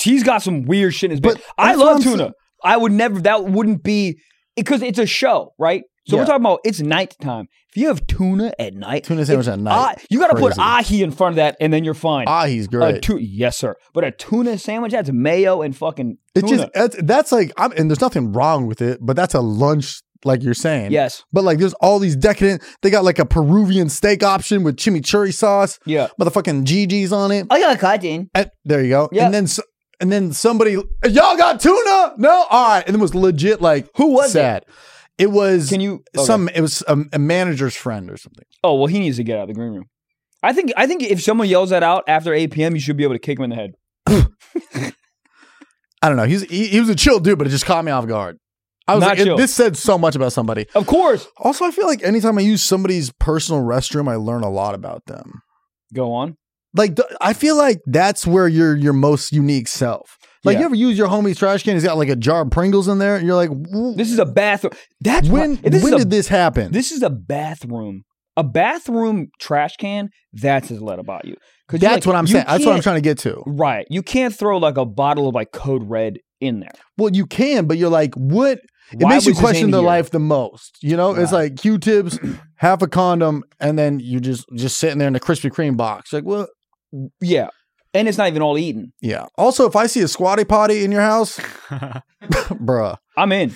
[SPEAKER 2] He's got some weird shit in his
[SPEAKER 1] But
[SPEAKER 2] basement. I
[SPEAKER 1] that's what
[SPEAKER 2] love
[SPEAKER 1] I'm
[SPEAKER 2] tuna.
[SPEAKER 1] saying.
[SPEAKER 2] I would never. That wouldn't be because it's a show, right? So we're
[SPEAKER 1] Yeah.
[SPEAKER 2] talking about it's nighttime. If you have tuna at night,
[SPEAKER 1] Tuna sandwich at night.
[SPEAKER 2] ah, you got to put
[SPEAKER 1] Crazy.
[SPEAKER 2] ahi in front of that, and then you're fine.
[SPEAKER 1] Ah, he's
[SPEAKER 2] a
[SPEAKER 1] great.
[SPEAKER 2] tu- yes, sir. But a tuna sandwich that's mayo and fucking
[SPEAKER 1] It's
[SPEAKER 2] tuna.
[SPEAKER 1] just that's, that's like I'm, and there's nothing wrong with it, but that's a lunch like you're saying.
[SPEAKER 2] yes,
[SPEAKER 1] But like there's all these decadent, they got like a Peruvian steak option with chimichurri sauce,
[SPEAKER 2] yeah.
[SPEAKER 1] motherfucking GG's on it.
[SPEAKER 2] I got cotton.
[SPEAKER 1] And- there you go.
[SPEAKER 2] Yeah.
[SPEAKER 1] And then so, and then somebody, y'all got tuna? No, all right. And it was legit like
[SPEAKER 2] Who was that?
[SPEAKER 1] sad. It, was
[SPEAKER 2] Can you okay.
[SPEAKER 1] some. It was um, a, a manager's friend or something.
[SPEAKER 2] Oh well, he needs to get out of the green room. I think. I think if someone yells that out after 8 p.m., you should be able to kick him in the head.
[SPEAKER 1] I don't know. He's he, he was a chill dude, but it just caught me off guard. I was
[SPEAKER 2] Not
[SPEAKER 1] like, it-
[SPEAKER 2] chill.
[SPEAKER 1] this said so much about somebody.
[SPEAKER 2] Of course.
[SPEAKER 1] Also, I feel like anytime I use somebody's personal restroom, I learn a lot about them.
[SPEAKER 2] Go on.
[SPEAKER 1] Like th- I feel like that's where you're your most unique self. Like
[SPEAKER 2] Yeah.
[SPEAKER 1] you ever use your homie's trash can? He's got like a jar of Pringles in there, and you're like, "Wh-
[SPEAKER 2] This is a bathroom. That's
[SPEAKER 1] when
[SPEAKER 2] why- this
[SPEAKER 1] when
[SPEAKER 2] is a,
[SPEAKER 1] did this happen?
[SPEAKER 2] this is a bathroom. A bathroom trash can. That's as let about you. 'Cause you're
[SPEAKER 1] That's
[SPEAKER 2] like,
[SPEAKER 1] what I'm
[SPEAKER 2] you
[SPEAKER 1] saying. That's what I'm
[SPEAKER 2] can't-
[SPEAKER 1] trying to get to.
[SPEAKER 2] Right. You can't throw like a bottle of like Code Red in there.
[SPEAKER 1] Well, you can, but you're like, what? It
[SPEAKER 2] Why
[SPEAKER 1] makes you
[SPEAKER 2] was this in
[SPEAKER 1] question their
[SPEAKER 2] here?
[SPEAKER 1] life the most. You know, it's
[SPEAKER 2] Right.
[SPEAKER 1] like
[SPEAKER 2] [clears throat]
[SPEAKER 1] Q-tips, half a condom, and then you just just sitting there in a Krispy Kreme box. Like, well,
[SPEAKER 2] Yeah. And it's not even all eaten.
[SPEAKER 1] yeah. Also, if I see a squatty potty in your house, [laughs] bruh,
[SPEAKER 2] I'm in.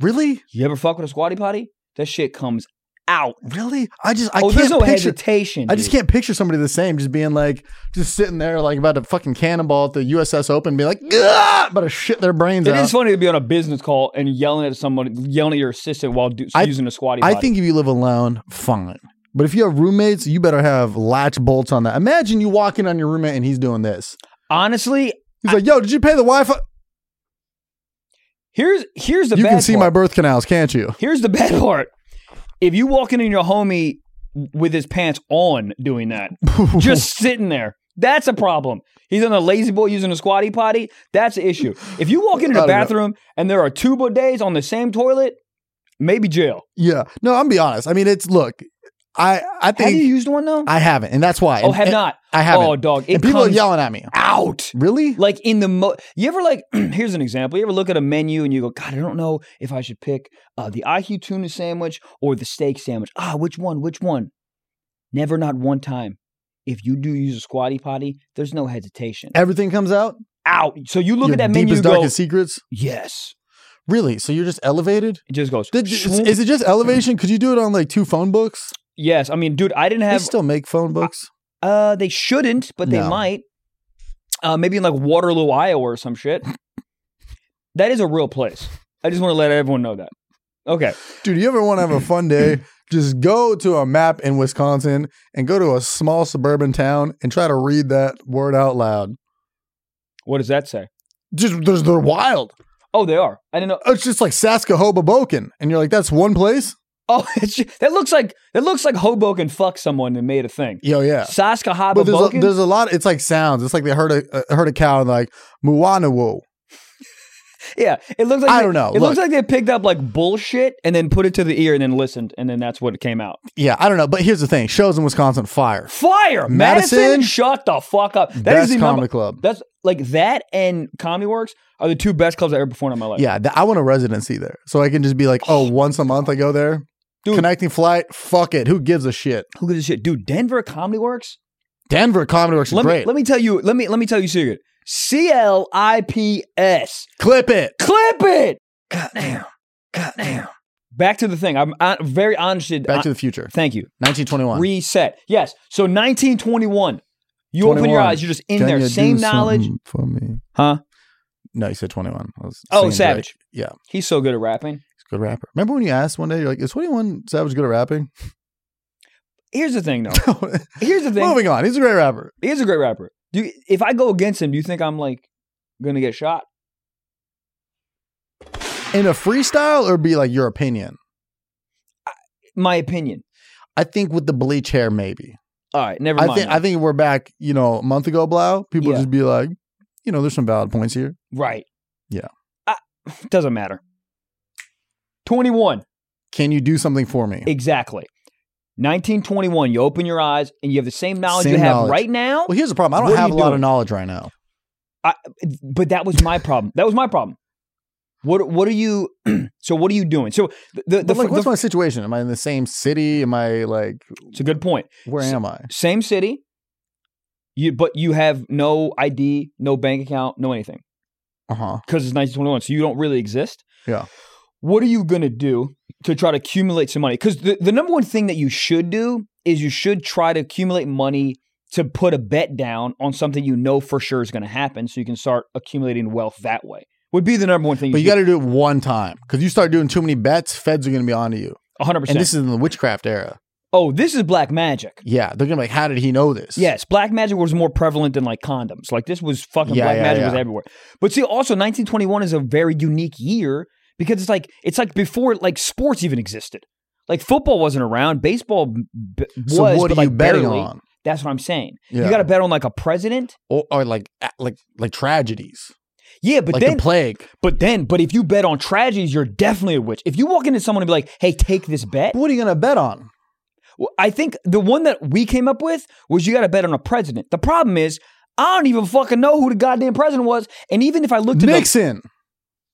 [SPEAKER 1] really,
[SPEAKER 2] You ever fuck with a squatty potty? That shit comes out.
[SPEAKER 1] really, I just I
[SPEAKER 2] oh, there's
[SPEAKER 1] can't
[SPEAKER 2] no
[SPEAKER 1] picture.
[SPEAKER 2] hesitation.
[SPEAKER 1] I just
[SPEAKER 2] dude.
[SPEAKER 1] can't picture somebody the same, just being like, just sitting there, like about to fucking cannonball at the USS Open, be like, "Gah!" about to shit their brains
[SPEAKER 2] It
[SPEAKER 1] out.
[SPEAKER 2] is funny to be on a business call and yelling at someone, yelling at your assistant while do,
[SPEAKER 1] I-
[SPEAKER 2] using a squatty.
[SPEAKER 1] I
[SPEAKER 2] potty.
[SPEAKER 1] think if you live alone, fine. But if you have roommates, you better have latch bolts on that. Imagine you walk in on your roommate and he's doing this.
[SPEAKER 2] honestly,
[SPEAKER 1] He's like, "Yo, did you pay the Wi-Fi?
[SPEAKER 2] here's here's the
[SPEAKER 1] you
[SPEAKER 2] bad
[SPEAKER 1] can see
[SPEAKER 2] part.
[SPEAKER 1] my birth canals, can't you?" [laughs]
[SPEAKER 2] Here's the bad [laughs] part. If you walk in on your homie with his pants on
[SPEAKER 1] [laughs]
[SPEAKER 2] doing that, just sitting there, that's a problem. He's on a lazy boy using a squatty potty. That's an issue. If you walk into
[SPEAKER 1] I don't know.
[SPEAKER 2] the bathroom and there are two bidets on the same toilet, Maybe jail.
[SPEAKER 1] Yeah. No, I'm gonna be honest. I mean, it's look. I I
[SPEAKER 2] Have you
[SPEAKER 1] think
[SPEAKER 2] used one though?
[SPEAKER 1] I haven't, and that's why.
[SPEAKER 2] oh,
[SPEAKER 1] And-
[SPEAKER 2] have
[SPEAKER 1] and
[SPEAKER 2] not.
[SPEAKER 1] I haven't.
[SPEAKER 2] Oh, dog. It
[SPEAKER 1] and people are
[SPEAKER 2] comes
[SPEAKER 1] yelling at me.
[SPEAKER 2] out.
[SPEAKER 1] Really?
[SPEAKER 2] Like in the mo, you ever like? [clears throat] here's an example. You ever look at a menu and you go, God, I don't know if I should pick uh, the IQ tuna sandwich or the steak sandwich. Ah, which one? Which one? Never, not one time. If you do use a squatty potty, there's no hesitation.
[SPEAKER 1] Everything comes out.
[SPEAKER 2] Out. So you look
[SPEAKER 1] Your
[SPEAKER 2] at that menu,
[SPEAKER 1] deepest,
[SPEAKER 2] you go,
[SPEAKER 1] darkest secrets.
[SPEAKER 2] yes.
[SPEAKER 1] Really? So you're just elevated?
[SPEAKER 2] It just goes.
[SPEAKER 1] Did,
[SPEAKER 2] swoop.
[SPEAKER 1] is it just elevation? Could you do it on like two phone books?
[SPEAKER 2] yes. I mean, dude, I didn't
[SPEAKER 1] They
[SPEAKER 2] have.
[SPEAKER 1] still make phone books.
[SPEAKER 2] Uh, they shouldn't, but they
[SPEAKER 1] No.
[SPEAKER 2] might. Uh, maybe in like Waterloo, Iowa, or some shit. that is a real place. I just want to let everyone know that. Okay,
[SPEAKER 1] Dude, you ever want to [clears throat] have a fun day? Just go to a map in Wisconsin and go to a small suburban town and try to read that word out loud.
[SPEAKER 2] what does that say?
[SPEAKER 1] Just there's they're wild.
[SPEAKER 2] Oh, they are. I didn't know. [laughs]
[SPEAKER 1] It's just like Saskahoboboken, and you're like, that's one place.
[SPEAKER 2] Oh, it's ju- that looks like that looks like Hoboken fucked someone and made a thing.
[SPEAKER 1] Yo, yeah. But there's a,
[SPEAKER 2] Saskahoboken.
[SPEAKER 1] there's a lot. It's like sounds. It's like they heard a uh, heard a cow and like Muwanawo.
[SPEAKER 2] yeah, it looks like
[SPEAKER 1] I
[SPEAKER 2] they-
[SPEAKER 1] don't know.
[SPEAKER 2] It looks
[SPEAKER 1] Look.
[SPEAKER 2] like they picked up like bullshit and then put it to the ear and then listened and then that's what came out.
[SPEAKER 1] Yeah, I don't know. But here's the thing: shows in Wisconsin, fire.
[SPEAKER 2] Fire, Madison.
[SPEAKER 1] Madison?
[SPEAKER 2] shut the fuck up. That is
[SPEAKER 1] Best
[SPEAKER 2] the number.
[SPEAKER 1] comedy club.
[SPEAKER 2] That's like that and Comedy Works are the two best clubs I ever performed in my life.
[SPEAKER 1] Yeah, th- I want a residency there, so I can just be like, oh, once a month I go there.
[SPEAKER 2] Dude.
[SPEAKER 1] Connecting flight, fuck it. Who gives a shit?
[SPEAKER 2] Who gives a shit, dude? Denver Comedy Works.
[SPEAKER 1] Denver Comedy Works is
[SPEAKER 2] Let
[SPEAKER 1] great.
[SPEAKER 2] me let me tell you. Let me let me tell you a secret. C L I P S.
[SPEAKER 1] Clip it.
[SPEAKER 2] Clip it. God damn. God damn. Back to the thing. I'm uh, very honest.
[SPEAKER 1] Back to
[SPEAKER 2] uh,
[SPEAKER 1] the future.
[SPEAKER 2] thank you.
[SPEAKER 1] 1921.
[SPEAKER 2] Reset. Yes. So 1921. You open your
[SPEAKER 1] 21.
[SPEAKER 2] eyes. You're just in
[SPEAKER 1] Can
[SPEAKER 2] there.
[SPEAKER 1] you do
[SPEAKER 2] Same knowledge.
[SPEAKER 1] something for me,
[SPEAKER 2] Huh?
[SPEAKER 1] No, you said 21. I was
[SPEAKER 2] Oh,
[SPEAKER 1] singing
[SPEAKER 2] Savage.
[SPEAKER 1] Drake. Yeah,
[SPEAKER 2] He's so good at rapping.
[SPEAKER 1] he's a good rapper. Remember when you asked one day, you're like, is 21 Savage good at rapping? [laughs]
[SPEAKER 2] Here's the thing, though. Here's the thing.
[SPEAKER 1] Moving on. He's a great rapper.
[SPEAKER 2] He is a great rapper. Do you, if I go against him, do you think I'm like gonna get shot?
[SPEAKER 1] In a freestyle or be like your opinion?
[SPEAKER 2] My opinion.
[SPEAKER 1] I think with the bleach hair, maybe.
[SPEAKER 2] All right, never
[SPEAKER 1] I
[SPEAKER 2] mind.
[SPEAKER 1] think
[SPEAKER 2] then.
[SPEAKER 1] I think we're back, you know, a month ago, Blau. People
[SPEAKER 2] Yeah.
[SPEAKER 1] just be like, you know, there's some valid points here.
[SPEAKER 2] right.
[SPEAKER 1] Yeah.
[SPEAKER 2] I, [sighs] doesn't matter. Twenty-one.
[SPEAKER 1] Can you do something for me?
[SPEAKER 2] Exactly. 1921, you open your eyes and you have the same knowledge
[SPEAKER 1] Same
[SPEAKER 2] you have
[SPEAKER 1] knowledge.
[SPEAKER 2] right now.
[SPEAKER 1] Well, here's the problem. I don't
[SPEAKER 2] What are
[SPEAKER 1] have a
[SPEAKER 2] you
[SPEAKER 1] lot
[SPEAKER 2] doing?
[SPEAKER 1] of knowledge right now.
[SPEAKER 2] But that was my problem. That was my problem. What what are you [clears throat] so what are you doing? So the the, the,
[SPEAKER 1] But, like,
[SPEAKER 2] the-
[SPEAKER 1] what's my situation? Am I in the same city? Am I like,
[SPEAKER 2] it's a good point.
[SPEAKER 1] where
[SPEAKER 2] S-
[SPEAKER 1] am I?
[SPEAKER 2] Same city. You but you have no ID, no bank account, no anything
[SPEAKER 1] Uh huh.
[SPEAKER 2] because it's 1921, so you don't really exist.
[SPEAKER 1] Yeah.
[SPEAKER 2] What are you going to do to try to accumulate some money? Cuz the, the number one thing that you should do is you should try to accumulate money to put a bet down on something you know for sure is going to happen so you can start accumulating wealth that way. Would be the number one thing
[SPEAKER 1] But you
[SPEAKER 2] should
[SPEAKER 1] got to do it one time because you start doing too many bets, feds are going to be onto you.
[SPEAKER 2] 100%.
[SPEAKER 1] And this is in the witchcraft era.
[SPEAKER 2] oh, this is black magic.
[SPEAKER 1] Yeah, they're going to be like, how did he know this?
[SPEAKER 2] Yes, black magic was more prevalent than like condoms. Like this was fucking
[SPEAKER 1] Yeah,
[SPEAKER 2] black
[SPEAKER 1] yeah,
[SPEAKER 2] magic
[SPEAKER 1] yeah.
[SPEAKER 2] was everywhere. But see, also 1921 is a very unique year because it's like it's like before like sports even existed. Like football wasn't around, baseball b- b- was.
[SPEAKER 1] So what
[SPEAKER 2] but,
[SPEAKER 1] are
[SPEAKER 2] like,
[SPEAKER 1] you betting
[SPEAKER 2] barely.
[SPEAKER 1] on?
[SPEAKER 2] That's what I'm saying.
[SPEAKER 1] Yeah.
[SPEAKER 2] You got to bet on like a president.
[SPEAKER 1] Or, or like, a- like, like tragedies,
[SPEAKER 2] Yeah, but
[SPEAKER 1] like
[SPEAKER 2] then,
[SPEAKER 1] the plague.
[SPEAKER 2] but then, but if you bet on tragedies, you're definitely a witch. If you walk into someone and be like, "Hey, take this bet,"
[SPEAKER 1] What are you going to bet on?
[SPEAKER 2] Well, I think the one that we came up with was you got to bet on a president. The problem is, I don't even fucking know who the goddamn president was. And even if I looked at the
[SPEAKER 1] Nixon.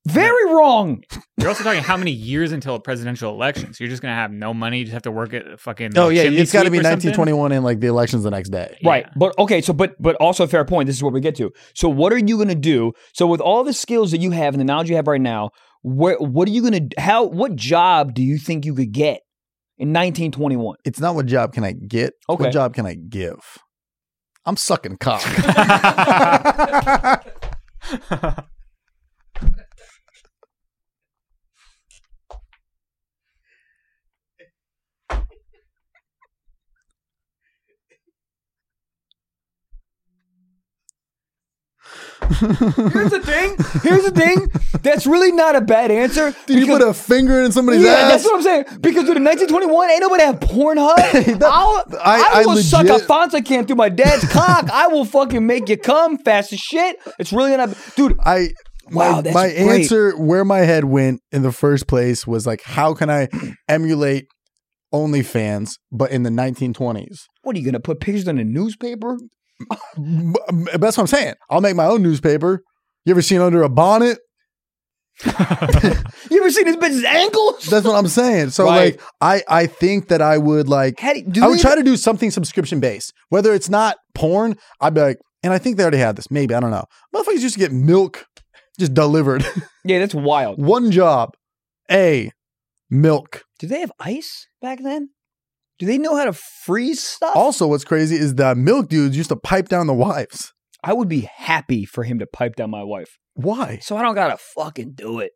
[SPEAKER 2] very wrong,
[SPEAKER 3] You're also talking how many years until a presidential election. So you're just gonna have no money. You just have to work at a fucking.
[SPEAKER 1] oh yeah,
[SPEAKER 3] chimney
[SPEAKER 1] it's got to
[SPEAKER 3] sweep
[SPEAKER 1] be
[SPEAKER 3] or something?
[SPEAKER 1] 1921 and like the elections the next day.
[SPEAKER 3] Yeah.
[SPEAKER 2] right? But okay, so but but also a fair point. This is what we get to. So what are you gonna do? So with all the skills that you have and the knowledge you have right now, where what are you gonna how what job do you think you could get in 1921?
[SPEAKER 1] It's not what job can I get. it's
[SPEAKER 2] Okay.
[SPEAKER 1] What job can I give? I'm sucking cock.
[SPEAKER 2] [laughs]
[SPEAKER 1] [laughs]
[SPEAKER 2] Here's the thing. Here's the thing. That's really not a bad answer. [laughs]
[SPEAKER 1] Did you
[SPEAKER 2] because-
[SPEAKER 1] put a finger in somebody's
[SPEAKER 2] Yeah,
[SPEAKER 1] ass?
[SPEAKER 2] that's what I'm saying. Because dude, in 1921, ain't nobody
[SPEAKER 1] [laughs]
[SPEAKER 2] have Pornhub. I'll, I,
[SPEAKER 1] I- I
[SPEAKER 2] will suck a
[SPEAKER 1] legit-
[SPEAKER 2] Fonta
[SPEAKER 1] [laughs]
[SPEAKER 2] can through my dad's cock. I will fucking make you come fast as shit. It's really not, dude.
[SPEAKER 1] I
[SPEAKER 2] Wow,
[SPEAKER 1] my,
[SPEAKER 2] that's
[SPEAKER 1] my
[SPEAKER 2] great.
[SPEAKER 1] answer where my head went in the first place was like, how can I emulate OnlyFans but in the 1920s?
[SPEAKER 2] What are you gonna put pictures in a newspaper?
[SPEAKER 1] B- b- That's what I'm saying. I'll make my own newspaper. You ever seen under a bonnet?
[SPEAKER 2] You ever seen this bitch's ankles?
[SPEAKER 1] That's what I'm saying. So
[SPEAKER 3] Right.
[SPEAKER 1] like, I I think that I would like
[SPEAKER 2] [laughs] How do, do
[SPEAKER 1] I
[SPEAKER 2] we
[SPEAKER 1] would
[SPEAKER 2] even-
[SPEAKER 1] try to do something subscription based. Whether it's not porn, I'd be like, and I think they already had this. Maybe I don't know. Motherfuckers used to get milk just delivered. [laughs]
[SPEAKER 2] Yeah, that's wild.
[SPEAKER 1] One job, a milk.
[SPEAKER 2] Did they have ice back then? Do they know how to freeze stuff?
[SPEAKER 1] Also, what's crazy is the milk dudes used to pipe down the wives.
[SPEAKER 2] I would be happy for him to pipe down my wife,
[SPEAKER 1] Why?
[SPEAKER 2] so I don't gotta fucking do it.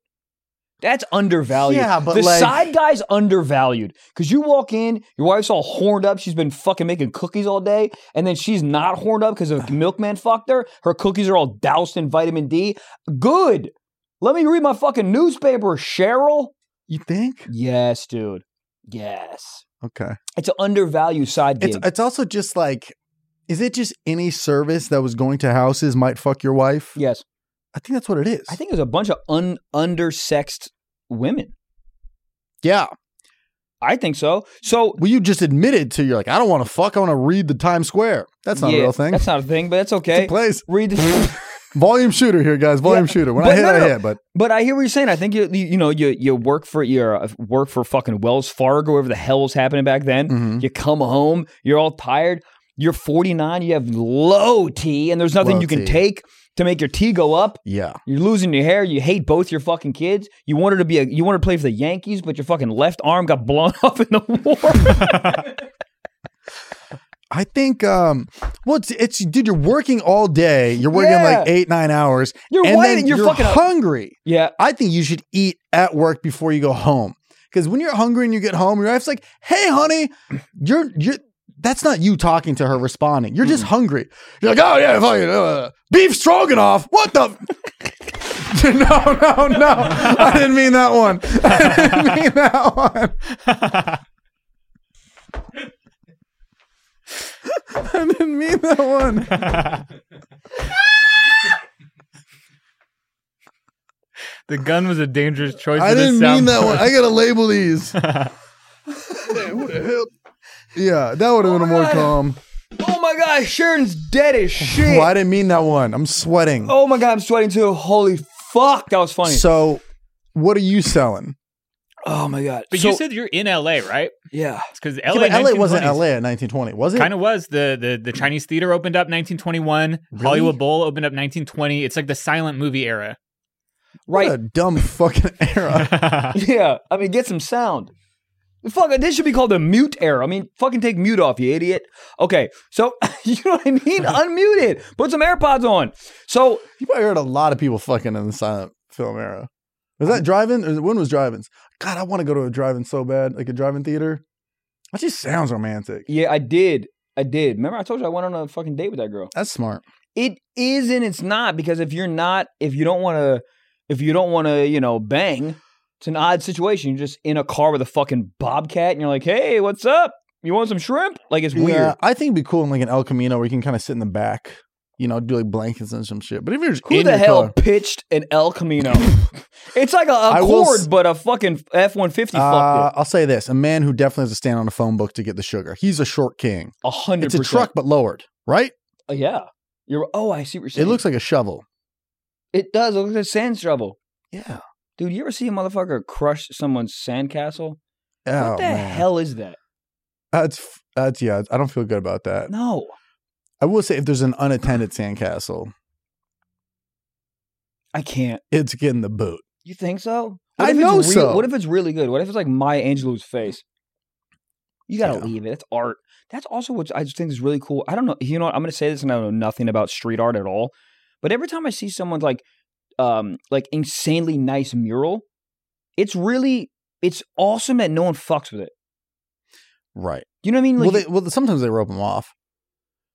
[SPEAKER 2] That's undervalued.
[SPEAKER 1] Yeah, but
[SPEAKER 2] the
[SPEAKER 1] like-
[SPEAKER 2] side guy's undervalued because you walk in, your wife's all horned up. She's been fucking making cookies all day, and then she's not horned up because the milkman fucked her. Her cookies are all doused in vitamin D. Good. Let me read my fucking newspaper, Cheryl.
[SPEAKER 1] You think?
[SPEAKER 2] Yes, dude. Yes.
[SPEAKER 1] Okay.
[SPEAKER 2] It's an undervalued side gig.
[SPEAKER 1] It's it's also just like, is it just any service that was going to houses might fuck your wife?
[SPEAKER 2] yes.
[SPEAKER 1] I think that's what it is.
[SPEAKER 2] I think it was a bunch of un- undersexed women.
[SPEAKER 1] yeah.
[SPEAKER 2] I think so. So
[SPEAKER 1] Well, you just admitted to you're like, I don't want to fuck. I want to read the Times Square. That's not
[SPEAKER 2] Yeah,
[SPEAKER 1] a real thing.
[SPEAKER 2] That's not a thing, but that's
[SPEAKER 1] It's
[SPEAKER 2] okay.
[SPEAKER 1] a place.
[SPEAKER 2] Read the.
[SPEAKER 1] Volume shooter here, guys. Volume
[SPEAKER 2] Yeah,
[SPEAKER 1] shooter. When
[SPEAKER 2] but
[SPEAKER 1] I hit,
[SPEAKER 2] no, no,
[SPEAKER 1] I
[SPEAKER 2] no.
[SPEAKER 1] hit. But
[SPEAKER 2] But I hear what you're saying. I think you you, you know you you work for your uh, work for fucking Wells Fargo, whatever the hell was happening back then.
[SPEAKER 1] Mhm.
[SPEAKER 2] You come home, you're all tired. You're 49. You have low T, and there's nothing
[SPEAKER 1] Low
[SPEAKER 2] you can
[SPEAKER 1] T.
[SPEAKER 2] take to make your T go up.
[SPEAKER 1] yeah,
[SPEAKER 2] You're losing your hair. You hate both your fucking kids. You wanted to be a you wanted to play for the Yankees, but your fucking left arm got blown [laughs] off in the war.
[SPEAKER 1] I think. Um, well, it's, it's dude, you're working all day. You're working
[SPEAKER 2] Yeah.
[SPEAKER 1] like eight, nine hours,
[SPEAKER 2] You're
[SPEAKER 1] and
[SPEAKER 2] whining-
[SPEAKER 1] then
[SPEAKER 2] you're
[SPEAKER 1] you're,
[SPEAKER 2] fucking-
[SPEAKER 1] hungry.
[SPEAKER 2] yeah,
[SPEAKER 1] I think you should eat at work before you go home. Because when you're hungry and you get home, your wife's like, "Hey, honey, you're you're." That's not you talking to her responding. You're just hungry. You're like, "Oh yeah, fucking uh, beef stroganoff." What the? [laughs] no, no, no! I didn't mean that one. [laughs] I didn't mean that one. [laughs] I didn't mean that one.
[SPEAKER 3] [laughs] the gun was a dangerous choice.
[SPEAKER 1] I
[SPEAKER 3] for this
[SPEAKER 1] didn't mean
[SPEAKER 3] sound
[SPEAKER 1] that one.
[SPEAKER 3] post.
[SPEAKER 1] I gotta label these. yeah, that would have been a more
[SPEAKER 2] Alright.
[SPEAKER 1] calm.
[SPEAKER 2] Oh my god, Sharon's dead as shit.
[SPEAKER 1] Well, I didn't mean that one. I'm sweating.
[SPEAKER 2] Oh my god, I'm sweating too. Holy fuck, that was funny.
[SPEAKER 1] So, what are you selling?
[SPEAKER 2] oh my god.
[SPEAKER 3] But
[SPEAKER 2] so,
[SPEAKER 3] you said you're in LA, right?
[SPEAKER 2] yeah.
[SPEAKER 3] Because
[SPEAKER 1] Yeah,
[SPEAKER 3] LA,
[SPEAKER 1] but LA wasn't
[SPEAKER 3] LA.
[SPEAKER 1] LA in 1920, was it?
[SPEAKER 3] Kind of was. The, the
[SPEAKER 1] Hmm.
[SPEAKER 3] the Chinese theater opened up 1921. Hollywood Bowl opened up 1920. It's like the silent movie
[SPEAKER 1] [laughs]
[SPEAKER 3] era.
[SPEAKER 1] What
[SPEAKER 2] Right.
[SPEAKER 1] a dumb fucking [laughs] era.
[SPEAKER 2] [laughs] yeah. I mean, get some sound. Fuck, this should be called the mute era. I mean, fucking take mute off, you idiot. Okay, so [laughs] you know what I mean? Unmute it. Put some AirPods on. So
[SPEAKER 1] you probably heard a lot of people fucking in the silent film era. Was that driving? When was drive-ins? God, I want to go to a drive-in so bad, like a drive-in theater. That just sounds romantic.
[SPEAKER 2] yeah, I did. I did. Remember, I told you I went on a fucking date with that girl.
[SPEAKER 1] That's smart.
[SPEAKER 2] It is and it's not because if you're not, if you don't want to, if you don't want to, you know, bang, it's an odd situation. You're just in a car with a fucking bobcat, and you're like, "Hey, what's up? You want some shrimp?" Like it's
[SPEAKER 1] Yeah,
[SPEAKER 2] weird.
[SPEAKER 1] I think it'd be cool in like an El Camino where you can kind of sit in the back, you know, do like blankets and some shit. But if you're just
[SPEAKER 2] Who
[SPEAKER 1] in
[SPEAKER 2] the
[SPEAKER 1] your
[SPEAKER 2] hell
[SPEAKER 1] car-
[SPEAKER 2] pitched an
[SPEAKER 1] [laughs]
[SPEAKER 2] El Camino? it's like a,
[SPEAKER 1] I
[SPEAKER 2] a
[SPEAKER 1] will
[SPEAKER 2] Accord,
[SPEAKER 1] s-
[SPEAKER 2] but a fucking F one fifty
[SPEAKER 1] Uh,
[SPEAKER 2] fucked
[SPEAKER 1] I'll say this: a man who definitely has to stand on a phone book to get the sugar. He's a short king.
[SPEAKER 2] it. A hundred.
[SPEAKER 1] It's a
[SPEAKER 2] percent.
[SPEAKER 1] truck, but lowered, right?
[SPEAKER 2] Uh, yeah. You're. Oh, I see what you're
[SPEAKER 1] It
[SPEAKER 2] saying.
[SPEAKER 1] looks like a shovel.
[SPEAKER 2] It does. It looks like sand shovel.
[SPEAKER 1] Yeah.
[SPEAKER 2] Dude, you ever see a motherfucker crush someone's sandcastle?
[SPEAKER 1] Oh,
[SPEAKER 2] what the
[SPEAKER 1] man.
[SPEAKER 2] hell is that?
[SPEAKER 1] That's f- that's yeah. I don't feel good about that.
[SPEAKER 2] No.
[SPEAKER 1] I will say if there's an unattended sandcastle,
[SPEAKER 2] I can't.
[SPEAKER 1] it's getting the boot.
[SPEAKER 2] You think so?
[SPEAKER 1] I
[SPEAKER 2] if it's
[SPEAKER 1] know
[SPEAKER 2] real-
[SPEAKER 1] so.
[SPEAKER 2] What if it's really good? What if it's like Maya Angelou's face? You gotta
[SPEAKER 1] Yeah.
[SPEAKER 2] leave it. It's art. That's also what I just think is really cool. I don't know. You know, what? I'm gonna say this, and I know nothing about street art at all. But every time I see someone's like, um, like insanely nice mural, it's really, it's awesome that no one fucks with it.
[SPEAKER 1] Right.
[SPEAKER 2] You know what I mean? Like,
[SPEAKER 1] well, they, well, sometimes they rope them off.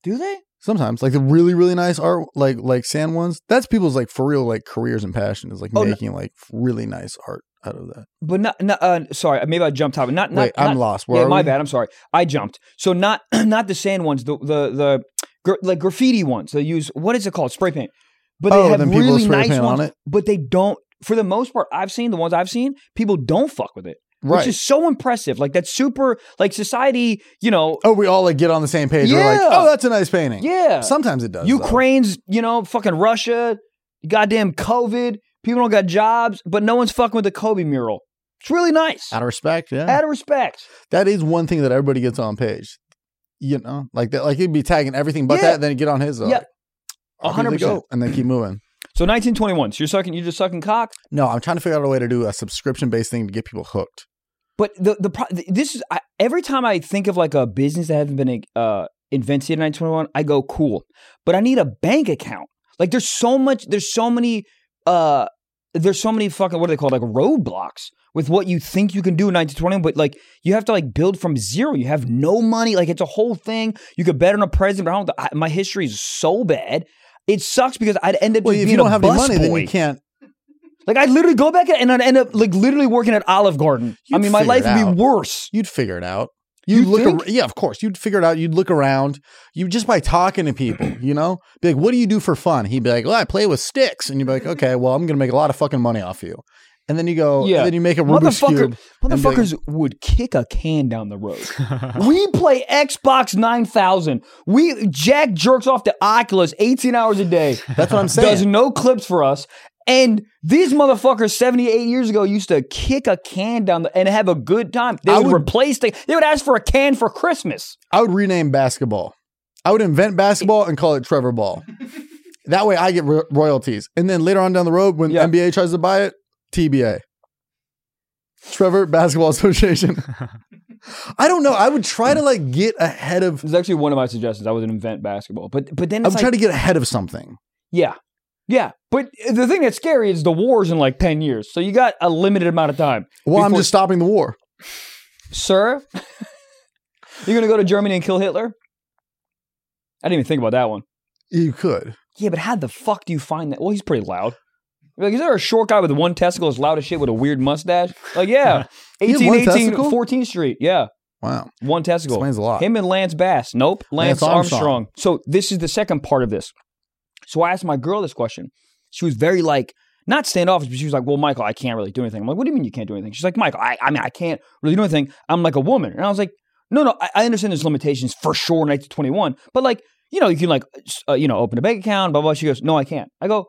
[SPEAKER 2] do they?
[SPEAKER 1] Sometimes, like the really really nice art, like like sand ones. That's people's like for real like careers and passion is like
[SPEAKER 2] Oh, no.
[SPEAKER 1] making like really nice art out of that.
[SPEAKER 2] But not. not uh, sorry, maybe I jumped topic. Not.
[SPEAKER 1] Wait,
[SPEAKER 2] not,
[SPEAKER 1] I'm
[SPEAKER 2] not,
[SPEAKER 1] lost. Where
[SPEAKER 2] Yeah,
[SPEAKER 1] are
[SPEAKER 2] my
[SPEAKER 1] we?
[SPEAKER 2] bad. I'm sorry. I jumped. So not [clears throat] not the sand ones, the the the gr- like graffiti ones. They use what is it called? Spray paint. but they
[SPEAKER 1] Oh,
[SPEAKER 2] have
[SPEAKER 1] then people
[SPEAKER 2] really
[SPEAKER 1] spray
[SPEAKER 2] nice
[SPEAKER 1] paint
[SPEAKER 2] ones.
[SPEAKER 1] on it.
[SPEAKER 2] But they don't. For the most part, I've seen the ones I've seen. People don't fuck with it,
[SPEAKER 1] Right.
[SPEAKER 2] which is so impressive. Like that's super. Like society, you know.
[SPEAKER 1] oh, we all like get on the same page. We're like,
[SPEAKER 2] Yeah.
[SPEAKER 1] oh, that's a nice painting.
[SPEAKER 2] Yeah,
[SPEAKER 1] Sometimes it does. though.
[SPEAKER 2] Ukraine's, you know, fucking Russia, goddamn COVID. People don't got jobs, but no one's fucking with the Kobe mural. It's really nice.
[SPEAKER 1] Out of respect, yeah.
[SPEAKER 2] Out of respect.
[SPEAKER 1] that is one thing that everybody gets on page. You know, like that, like he'd be tagging everything but
[SPEAKER 2] Yeah.
[SPEAKER 1] that, then get on his. uh,
[SPEAKER 2] Yeah.
[SPEAKER 1] I'll give it a
[SPEAKER 2] 100%.
[SPEAKER 1] go, and then keep moving.
[SPEAKER 2] So 1921. So you're sucking. You're just sucking cock.
[SPEAKER 1] No, I'm trying to figure out a way to do a subscription based thing to get people hooked.
[SPEAKER 2] But the the pro- th- this is I, every time I think of like a business that hasn't been uh, invented in 1921, I go cool. But I need a bank account. Like there's so much. There's so many. uh There's so many fucking what are they called? Like roadblocks with what you think you can do in 1921. But like you have to like build from zero. You have no money. Like it's a whole thing. You could bet on a president. But I don't. I, my history is so bad. It sucks because I'd end up
[SPEAKER 1] Well,
[SPEAKER 2] just
[SPEAKER 1] if
[SPEAKER 2] being
[SPEAKER 1] you
[SPEAKER 2] a
[SPEAKER 1] don't have any
[SPEAKER 2] bus
[SPEAKER 1] money, then you
[SPEAKER 2] boy.
[SPEAKER 1] can't.
[SPEAKER 2] Like I'd literally go back and I'd end up like literally working at Olive Garden. I
[SPEAKER 1] You'd
[SPEAKER 2] mean, my
[SPEAKER 1] figure
[SPEAKER 2] life
[SPEAKER 1] it
[SPEAKER 2] would
[SPEAKER 1] out.
[SPEAKER 2] be worse.
[SPEAKER 1] You'd figure it out.
[SPEAKER 2] You
[SPEAKER 1] You'd look,
[SPEAKER 2] think?
[SPEAKER 1] ar- yeah, of course. You'd figure it out. You'd look around. You just by talking to
[SPEAKER 2] [clears throat]
[SPEAKER 1] people, you know, be like, "What do you do for fun?" He'd be like, "Well, I play with sticks," and you'd
[SPEAKER 2] [laughs]
[SPEAKER 1] be like, "Okay, well, I'm gonna make a lot of fucking money off you." And then you go,
[SPEAKER 2] Yeah.
[SPEAKER 1] yeah. Then you make a Rubik's
[SPEAKER 2] Motherfucker,
[SPEAKER 1] cube.
[SPEAKER 2] motherfuckers would kick a can down the
[SPEAKER 1] [laughs]
[SPEAKER 2] road. we play Xbox 9000. We Jack jerks off to Oculus 18 hours
[SPEAKER 1] [laughs]
[SPEAKER 2] a day.
[SPEAKER 1] That's
[SPEAKER 2] [laughs]
[SPEAKER 1] what I'm saying.
[SPEAKER 2] Does no clips for us. And these motherfuckers 78 years ago used to kick a can down the and have a good time. They
[SPEAKER 1] I
[SPEAKER 2] would,
[SPEAKER 1] would-
[SPEAKER 2] replace things. They would ask for a can for Christmas.
[SPEAKER 1] I would rename basketball. I would invent basketball and call it Trevor [laughs] Ball. that way I get ro- royalties. And then later on down the road, when
[SPEAKER 2] Yeah.
[SPEAKER 1] NBA tries to buy it, TBA. Trevor Basketball [laughs] Association. I don't know. I would try to like get ahead of.
[SPEAKER 2] This is actually one of my suggestions. I was an invent basketball. But but then
[SPEAKER 1] I'm
[SPEAKER 2] it's like,
[SPEAKER 1] trying to get ahead of something.
[SPEAKER 2] Yeah. Yeah. But the thing that's scary is the war's in like 10 years. So you got a limited amount of time.
[SPEAKER 1] Well, I'm
[SPEAKER 2] Before-
[SPEAKER 1] just stopping the war.
[SPEAKER 2] Sir, [laughs] you're going to go to Germany and kill Hitler? I didn't even think about that one.
[SPEAKER 1] You could.
[SPEAKER 2] Yeah, but how the fuck do you find that? Well, he's pretty loud. You're Like, is there a short guy with one testicle as loud as shit with a weird mustache?
[SPEAKER 1] [laughs]
[SPEAKER 2] Like, yeah.
[SPEAKER 1] He had one
[SPEAKER 2] 1818
[SPEAKER 1] testicle?
[SPEAKER 2] 14th Street. Yeah.
[SPEAKER 1] Wow.
[SPEAKER 2] One testicle.
[SPEAKER 1] Explains a lot.
[SPEAKER 2] Him and Lance Bass. Nope. Lance,
[SPEAKER 1] Lance
[SPEAKER 2] Armstrong.
[SPEAKER 1] Armstrong.
[SPEAKER 2] So this is the second part of this. So I asked my girl this question. She was very like, not standoffish, but she was like, Well, Michael, I can't really do anything. I'm like, What do you mean you can't do anything? She's like, Michael, I, I mean, I can't really do anything. I'm like a woman. And I was like, No, no, I, I understand there's limitations for sure in 1921, but like, you know, you can like, s- uh, you know, open a bank account, blah, blah. She goes, No, I can't. I go,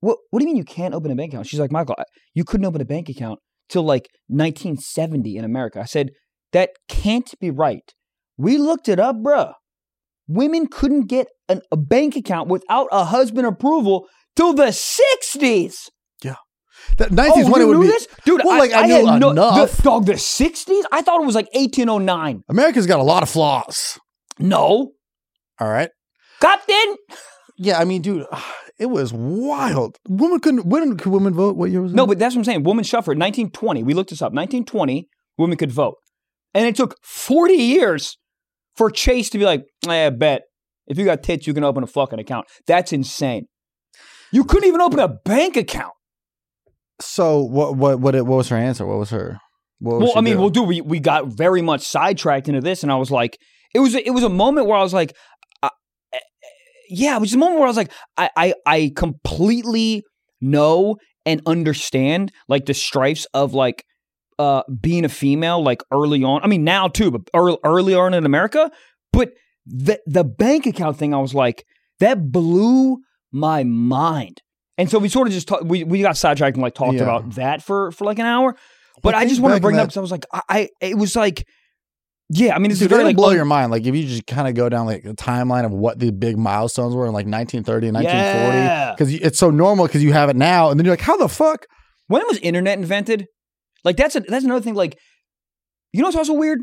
[SPEAKER 2] what, what do you mean you can't open a bank account? She's like, Michael, I- you couldn't open a bank account till like 1970 in America. I said, That can't be right. We looked it up, bruh. Women couldn't get an, a bank account without a husband approval till the 60s.
[SPEAKER 1] That
[SPEAKER 2] Oh,
[SPEAKER 1] 90s when it
[SPEAKER 2] you
[SPEAKER 1] would
[SPEAKER 2] knew
[SPEAKER 1] be.
[SPEAKER 2] this? Dude,
[SPEAKER 1] well,
[SPEAKER 2] I,
[SPEAKER 1] like, I
[SPEAKER 2] had
[SPEAKER 1] knew
[SPEAKER 2] no,
[SPEAKER 1] enough.
[SPEAKER 2] The, dog, the 60s? I thought it was like 1809.
[SPEAKER 1] America's got a lot of flaws.
[SPEAKER 2] No.
[SPEAKER 1] All right.
[SPEAKER 2] Captain?
[SPEAKER 1] Yeah. I mean, dude, [sighs] it was wild. Women couldn't. Women could women vote? What year was it?
[SPEAKER 2] No, but that's what I'm saying. Woman Shufford, 1920. We looked this up. 1920, women could vote. And it took 40 years for Chase to be like, eh, I bet. If you got tits, you can open a fucking account. That's insane. You couldn't even open a bank account.
[SPEAKER 1] So what what what it- what was her answer? What was her? What was
[SPEAKER 2] Well,
[SPEAKER 1] she
[SPEAKER 2] I mean,
[SPEAKER 1] do?
[SPEAKER 2] well, dude, we, we got very much sidetracked into this, and I was like, it was it was a moment where I was like, I, eh, yeah, it was a moment where I was like, I I, I completely know and understand like the stripes of like uh being a female like early on. I mean, now too, but early, early on in America. But the the bank account thing, I was like, that blew my mind. And so we sort of just talk, we we got sidetracked and like talked
[SPEAKER 1] Yeah.
[SPEAKER 2] about that for for like an hour. But I
[SPEAKER 1] think
[SPEAKER 2] just want to
[SPEAKER 1] back
[SPEAKER 2] bring
[SPEAKER 1] in
[SPEAKER 2] it up because I was like, I, I it was like, yeah. I mean, it's
[SPEAKER 1] Dude,
[SPEAKER 2] very
[SPEAKER 1] it'll
[SPEAKER 2] like
[SPEAKER 1] blow
[SPEAKER 2] un-
[SPEAKER 1] your mind. Like if you just kind of go down like a timeline of what the big milestones were in like 1930 and 1940,
[SPEAKER 2] Yeah.
[SPEAKER 1] because it's so normal because you have it now, and then you're like, how the fuck?
[SPEAKER 2] When was internet invented? Like that's a, that's another thing. Like, you know, what's also weird.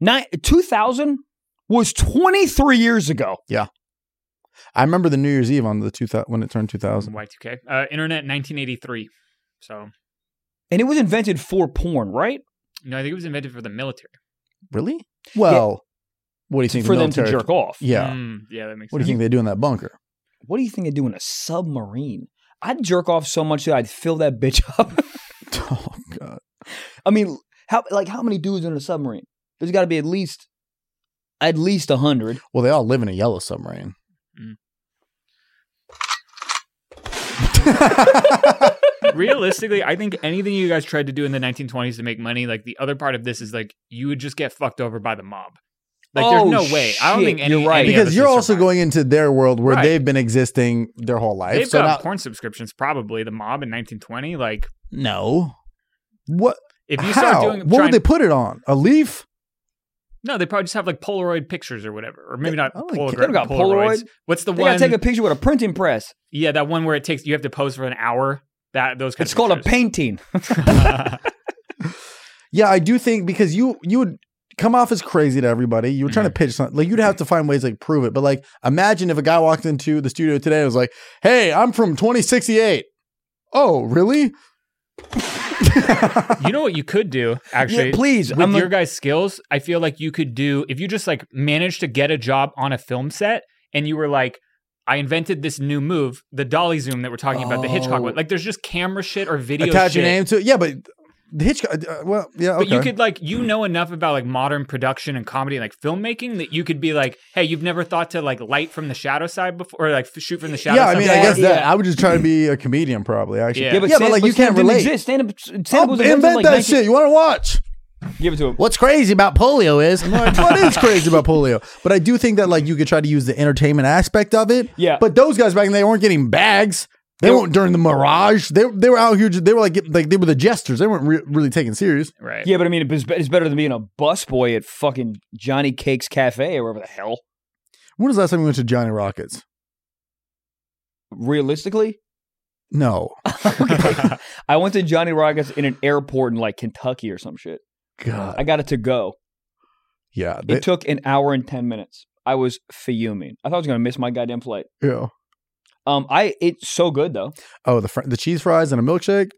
[SPEAKER 2] Nine two thousand was twenty three years ago.
[SPEAKER 1] I remember the New Year's Eve on the 2000 when it turned 2000.
[SPEAKER 3] Y2K. Uh, internet 1983. So,
[SPEAKER 2] And it was invented for porn, right?
[SPEAKER 3] no, I think it was invented for the military.
[SPEAKER 1] Really? Well, what do you think
[SPEAKER 2] For
[SPEAKER 1] the
[SPEAKER 2] them to
[SPEAKER 1] military-
[SPEAKER 2] jerk off.
[SPEAKER 1] Yeah.
[SPEAKER 3] Mm, yeah, that makes
[SPEAKER 1] Ah. What do you
[SPEAKER 3] sense.
[SPEAKER 1] think they do in that bunker? [laughs]
[SPEAKER 2] What do you think they do in a submarine? I'd jerk off so much that I'd fill that bitch [laughs] up.
[SPEAKER 1] Oh god.
[SPEAKER 2] I mean, how like how many dudes in a submarine? There's got to be at least at least a hundred.
[SPEAKER 1] Well, they all live in a yellow submarine.
[SPEAKER 2] Mm.
[SPEAKER 1] [laughs]
[SPEAKER 3] realistically, I think anything you guys tried to do in the 1920s to make money, like the other part of this is like you would just get fucked over by the mob. Like
[SPEAKER 2] Oh,
[SPEAKER 3] there's no way. I don't think
[SPEAKER 2] shit,
[SPEAKER 3] any,
[SPEAKER 2] you're right.
[SPEAKER 3] any of
[SPEAKER 2] Yeah,
[SPEAKER 1] because
[SPEAKER 3] us
[SPEAKER 1] you're
[SPEAKER 3] would
[SPEAKER 1] also
[SPEAKER 3] survive.
[SPEAKER 1] going into their world where
[SPEAKER 3] Right.
[SPEAKER 1] they've been existing their whole life.
[SPEAKER 3] They've
[SPEAKER 1] so
[SPEAKER 3] got
[SPEAKER 1] now,
[SPEAKER 3] porn subscriptions, probably the mob in 1920. Like
[SPEAKER 1] no, what?
[SPEAKER 3] if you
[SPEAKER 1] How?
[SPEAKER 3] start doing,
[SPEAKER 1] what
[SPEAKER 3] trying-
[SPEAKER 1] would they put it on? A leaf?
[SPEAKER 3] no, they probably just have like Polaroid pictures or whatever, or maybe
[SPEAKER 1] They-
[SPEAKER 3] not
[SPEAKER 1] I
[SPEAKER 2] oh,
[SPEAKER 1] don't think-
[SPEAKER 3] Polaroid.
[SPEAKER 2] They've got
[SPEAKER 3] Polaroids. What's the
[SPEAKER 2] They
[SPEAKER 3] one?
[SPEAKER 2] gotta take a picture with a printing press.
[SPEAKER 3] yeah, that one where it takes you have to pose for an hour. That those. Kind
[SPEAKER 2] It's
[SPEAKER 3] of
[SPEAKER 2] called a
[SPEAKER 3] pictures.
[SPEAKER 2] painting.
[SPEAKER 1] Yeah, I do think because you you would come off as crazy to everybody. You were
[SPEAKER 3] Mm-hmm.
[SPEAKER 1] trying to pitch something. Like you'd have to find ways to like, prove it. But like imagine if a guy walked into the studio today and was like, "Hey, I'm from 2068." Oh, really?
[SPEAKER 3] [laughs]
[SPEAKER 1] [laughs]
[SPEAKER 3] you know what you could do actually.
[SPEAKER 2] Yeah, please.
[SPEAKER 3] with
[SPEAKER 2] I'm
[SPEAKER 3] your
[SPEAKER 2] a,
[SPEAKER 3] guys' skills, I feel like you could do if you just like managed to get a job on a film set and you were like, I invented this new move, the dolly zoom that we're talking about, the Hitchcock
[SPEAKER 2] Oh.
[SPEAKER 3] one. Like, there's just camera shit or video
[SPEAKER 1] Attach
[SPEAKER 3] shit.
[SPEAKER 1] your name to it. Yeah, but the Hitchcock. Uh, well, yeah, okay.
[SPEAKER 3] But you could like you know enough about like modern production and comedy and like filmmaking that you could be like, hey, you've never thought to like light from the shadow side before, or like f- shoot from the shadow.
[SPEAKER 1] yeah, I
[SPEAKER 3] side
[SPEAKER 1] mean, I
[SPEAKER 3] before?
[SPEAKER 1] guess that
[SPEAKER 2] Yeah.
[SPEAKER 1] I would just try to be a comedian, probably. Actually,
[SPEAKER 3] Yeah.
[SPEAKER 1] yeah, but, like you can't relate.
[SPEAKER 2] Stand up, stand
[SPEAKER 1] I'll
[SPEAKER 2] up was
[SPEAKER 1] invent
[SPEAKER 2] invented like
[SPEAKER 1] that
[SPEAKER 2] 19
[SPEAKER 1] shit. You want to watch?
[SPEAKER 2] Give it to him.
[SPEAKER 1] What's crazy about polio is what is crazy about polio. But I do think that like you could try to use the entertainment aspect of it.
[SPEAKER 2] Yeah.
[SPEAKER 1] But those guys back in the day weren't getting bags. They,
[SPEAKER 2] They were-
[SPEAKER 1] weren't during the mirage. They they were out here. ju- They were like get- like they were the jesters. They weren't re- really taken serious.
[SPEAKER 3] right.
[SPEAKER 2] Yeah, but I mean, it's be- it's better than being a busboy at fucking Johnny Cakes Cafe or wherever the hell.
[SPEAKER 1] When was the last time we went to Johnny Rockets? [laughs]
[SPEAKER 2] Realistically, [laughs]
[SPEAKER 1] No.
[SPEAKER 2] Okay. I went to Johnny Rockets in an airport in like Kentucky or some shit.
[SPEAKER 1] God.
[SPEAKER 2] I got it to go.
[SPEAKER 1] Yeah.
[SPEAKER 2] It
[SPEAKER 1] They,
[SPEAKER 2] took an hour and ten minutes. I was fuming. I thought I was gonna miss my goddamn flight.
[SPEAKER 1] yeah.
[SPEAKER 2] Um, I it's so good though.
[SPEAKER 1] Oh, the fr- the cheese fries and a milkshake.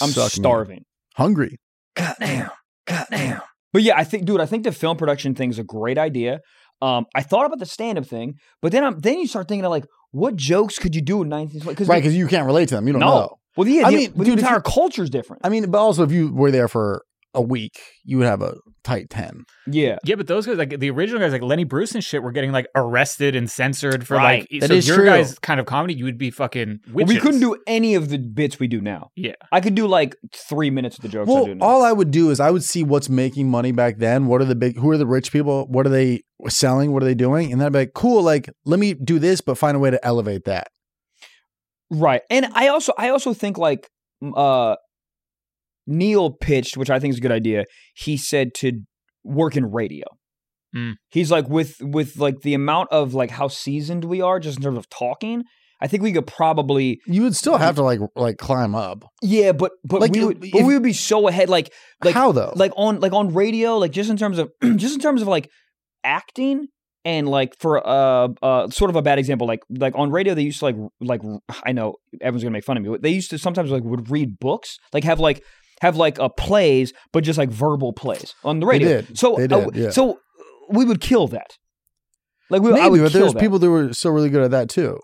[SPEAKER 2] I'm
[SPEAKER 1] Suck me.
[SPEAKER 2] starving.
[SPEAKER 1] Hungry.
[SPEAKER 2] Goddamn. Goddamn. But yeah, I think, dude, I think the film production thing is a great idea. Um, I thought about the stand up thing, but then I'm then you start thinking of like what jokes could you do in 19 because
[SPEAKER 1] Right, because you can't relate to them. You don't
[SPEAKER 2] No.
[SPEAKER 1] know.
[SPEAKER 2] well yeah,
[SPEAKER 1] I
[SPEAKER 2] the,
[SPEAKER 1] mean,
[SPEAKER 2] but
[SPEAKER 1] dude, if
[SPEAKER 2] the
[SPEAKER 1] you-
[SPEAKER 2] entire culture's different.
[SPEAKER 1] I mean, but also if you were there for a week, you would have a tight ten.
[SPEAKER 2] yeah.
[SPEAKER 3] Yeah, but those guys, like the original guys, like Lenny Bruce and shit, were getting like arrested and censored for
[SPEAKER 2] Right.
[SPEAKER 3] like.
[SPEAKER 1] That
[SPEAKER 3] so
[SPEAKER 1] is
[SPEAKER 3] your
[SPEAKER 1] true.
[SPEAKER 3] guys' kind of comedy, you would be fucking.
[SPEAKER 2] Well, we
[SPEAKER 3] witches.
[SPEAKER 2] couldn't do any of the bits we do now.
[SPEAKER 3] Yeah.
[SPEAKER 2] I could do like three minutes of the jokes I
[SPEAKER 1] Well,
[SPEAKER 2] do now.
[SPEAKER 1] all I would do is I would see what's making money back then. What are the big? Who are the rich people? What are they selling? What are they doing? And then I'd be like, cool. Like, let me do this, but find a way to elevate that.
[SPEAKER 2] Right. And I also I also think like m- uh Neil pitched, which I think is a good idea. He said to work in radio.
[SPEAKER 3] Mm.
[SPEAKER 2] He's like with with like the amount of like how seasoned we are just in terms of talking. I think we could probably
[SPEAKER 1] You would still have to like like climb up.
[SPEAKER 2] yeah, but but
[SPEAKER 1] Like,
[SPEAKER 2] we
[SPEAKER 1] if-
[SPEAKER 2] would but
[SPEAKER 1] if-
[SPEAKER 2] we would be so ahead like like
[SPEAKER 1] How though?
[SPEAKER 2] like on like on radio like just in terms of [clears throat] just in terms of like acting and like for uh uh sort of a bad example like like on radio they used to like like I know everyone's gonna make fun of me but they used to sometimes like would read books like have like have like a plays but just like verbal plays on the radio
[SPEAKER 1] did.
[SPEAKER 2] so
[SPEAKER 1] They
[SPEAKER 2] uh,
[SPEAKER 1] did, yeah.
[SPEAKER 2] so we would kill that like we I
[SPEAKER 1] maybe,
[SPEAKER 2] would
[SPEAKER 1] but
[SPEAKER 2] kill
[SPEAKER 1] there's
[SPEAKER 2] that.
[SPEAKER 1] people that were so really good at that too.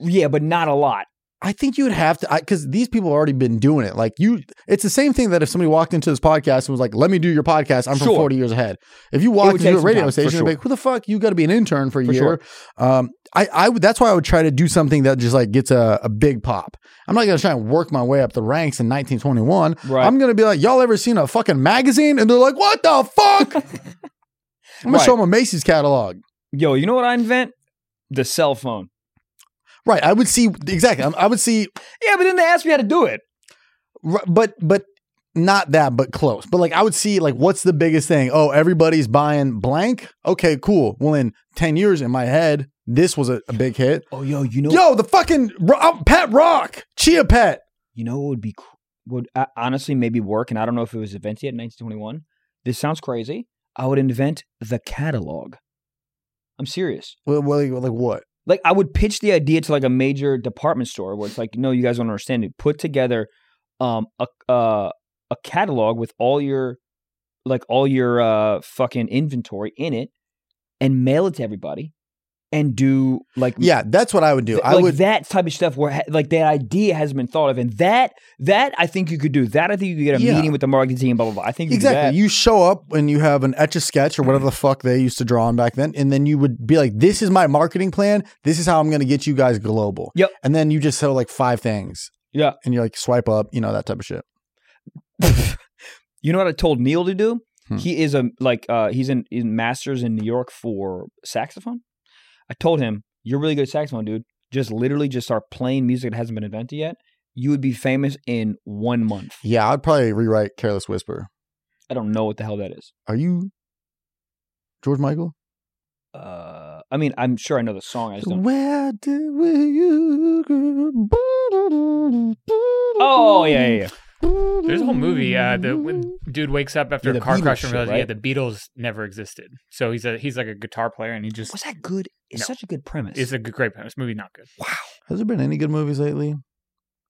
[SPEAKER 2] yeah but not a lot
[SPEAKER 1] I think you would have to because these people have already been doing it. Like you, it's the same thing that if somebody walked into this podcast and was like, "Let me do your podcast," I'm from
[SPEAKER 2] Sure.
[SPEAKER 1] 40 years ahead. If you
[SPEAKER 2] would
[SPEAKER 1] walked
[SPEAKER 2] take
[SPEAKER 1] into a
[SPEAKER 2] some
[SPEAKER 1] radio
[SPEAKER 2] time, for
[SPEAKER 1] station, and be
[SPEAKER 2] sure.
[SPEAKER 1] like, "Who the fuck? You got to be an intern for a
[SPEAKER 2] For
[SPEAKER 1] year." Um, I, I would. That's why I would try to do something that just like gets a, a big pop. I'm not gonna try and work my way up the ranks in 1921.
[SPEAKER 2] Right.
[SPEAKER 1] I'm gonna be like, "Y'all ever seen a fucking magazine?" And they're like, "What the
[SPEAKER 2] [laughs]
[SPEAKER 1] fuck?" I'm gonna
[SPEAKER 2] Right.
[SPEAKER 1] show them a Macy's catalog.
[SPEAKER 2] yo you know what I invent the cell phone
[SPEAKER 1] Right. I would see exactly. I would see
[SPEAKER 2] yeah but then they asked me how to do it
[SPEAKER 1] Ru- but but not that but close but like i would see like what's the biggest thing oh everybody's buying blank okay cool well in 10 years in my head this was a, a big hit
[SPEAKER 2] oh yo you know
[SPEAKER 1] yo the fucking Ro- oh, pet rock chia pet
[SPEAKER 2] You know what would be cr- would uh, honestly maybe work, and I don't know if it was invented yet in 1921. This sounds crazy. I would invent the catalog. I'm serious.
[SPEAKER 1] well, well, like like what
[SPEAKER 2] Like I would pitch the idea to like a major department store where it's like, no, you guys don't understand. It put together um a uh, a catalog with all your like all your uh fucking inventory in it, and mail it to everybody, and do like
[SPEAKER 1] Yeah, that's what I would do.
[SPEAKER 2] th-
[SPEAKER 1] I
[SPEAKER 2] like
[SPEAKER 1] would
[SPEAKER 2] that type of stuff where ha- like that idea hasn't been thought of, and that that I think you could do. That I think you could get a
[SPEAKER 1] Yeah.
[SPEAKER 2] meeting with the marketing team, blah blah blah. I think you Mm-hmm. could do
[SPEAKER 1] Exactly. You show up and you have an etch a sketch or whatever the fuck they used to draw on back then, and then you would be like, "This is my marketing plan. This is how I'm going to get you guys global."
[SPEAKER 2] Yep.
[SPEAKER 1] And then you just sell like five things.
[SPEAKER 2] Yeah.
[SPEAKER 1] And you're like, swipe up, you know that type of shit.
[SPEAKER 2] that. you know what I told Neil to do?
[SPEAKER 1] Hmm.
[SPEAKER 2] He is a like uh, he's in, in masters in New York for saxophone. I told him you're really good at saxophone, dude. Just literally just start playing music that hasn't been invented yet. You would be famous in one month.
[SPEAKER 1] Yeah, I'd probably rewrite "Careless Whisper."
[SPEAKER 2] I don't know what the hell that is.
[SPEAKER 1] Are you George Michael?
[SPEAKER 2] Uh, I mean, I'm sure I know the song. I just don't.
[SPEAKER 1] Where do you? go?
[SPEAKER 2] Oh yeah, yeah, yeah.
[SPEAKER 3] There's a whole movie. Uh, the when dude wakes up after
[SPEAKER 1] Yeah,
[SPEAKER 3] a
[SPEAKER 1] the
[SPEAKER 3] car
[SPEAKER 1] Beatles
[SPEAKER 3] crash
[SPEAKER 1] shit,
[SPEAKER 3] and realizes, yeah,
[SPEAKER 1] right?
[SPEAKER 3] the Beatles never existed. So he's a he's like a guitar player, and he just
[SPEAKER 2] Was that good? It's
[SPEAKER 3] No.
[SPEAKER 2] such a good premise.
[SPEAKER 3] it's a g- great premise. Movie not good.
[SPEAKER 1] Has there been any good movies lately?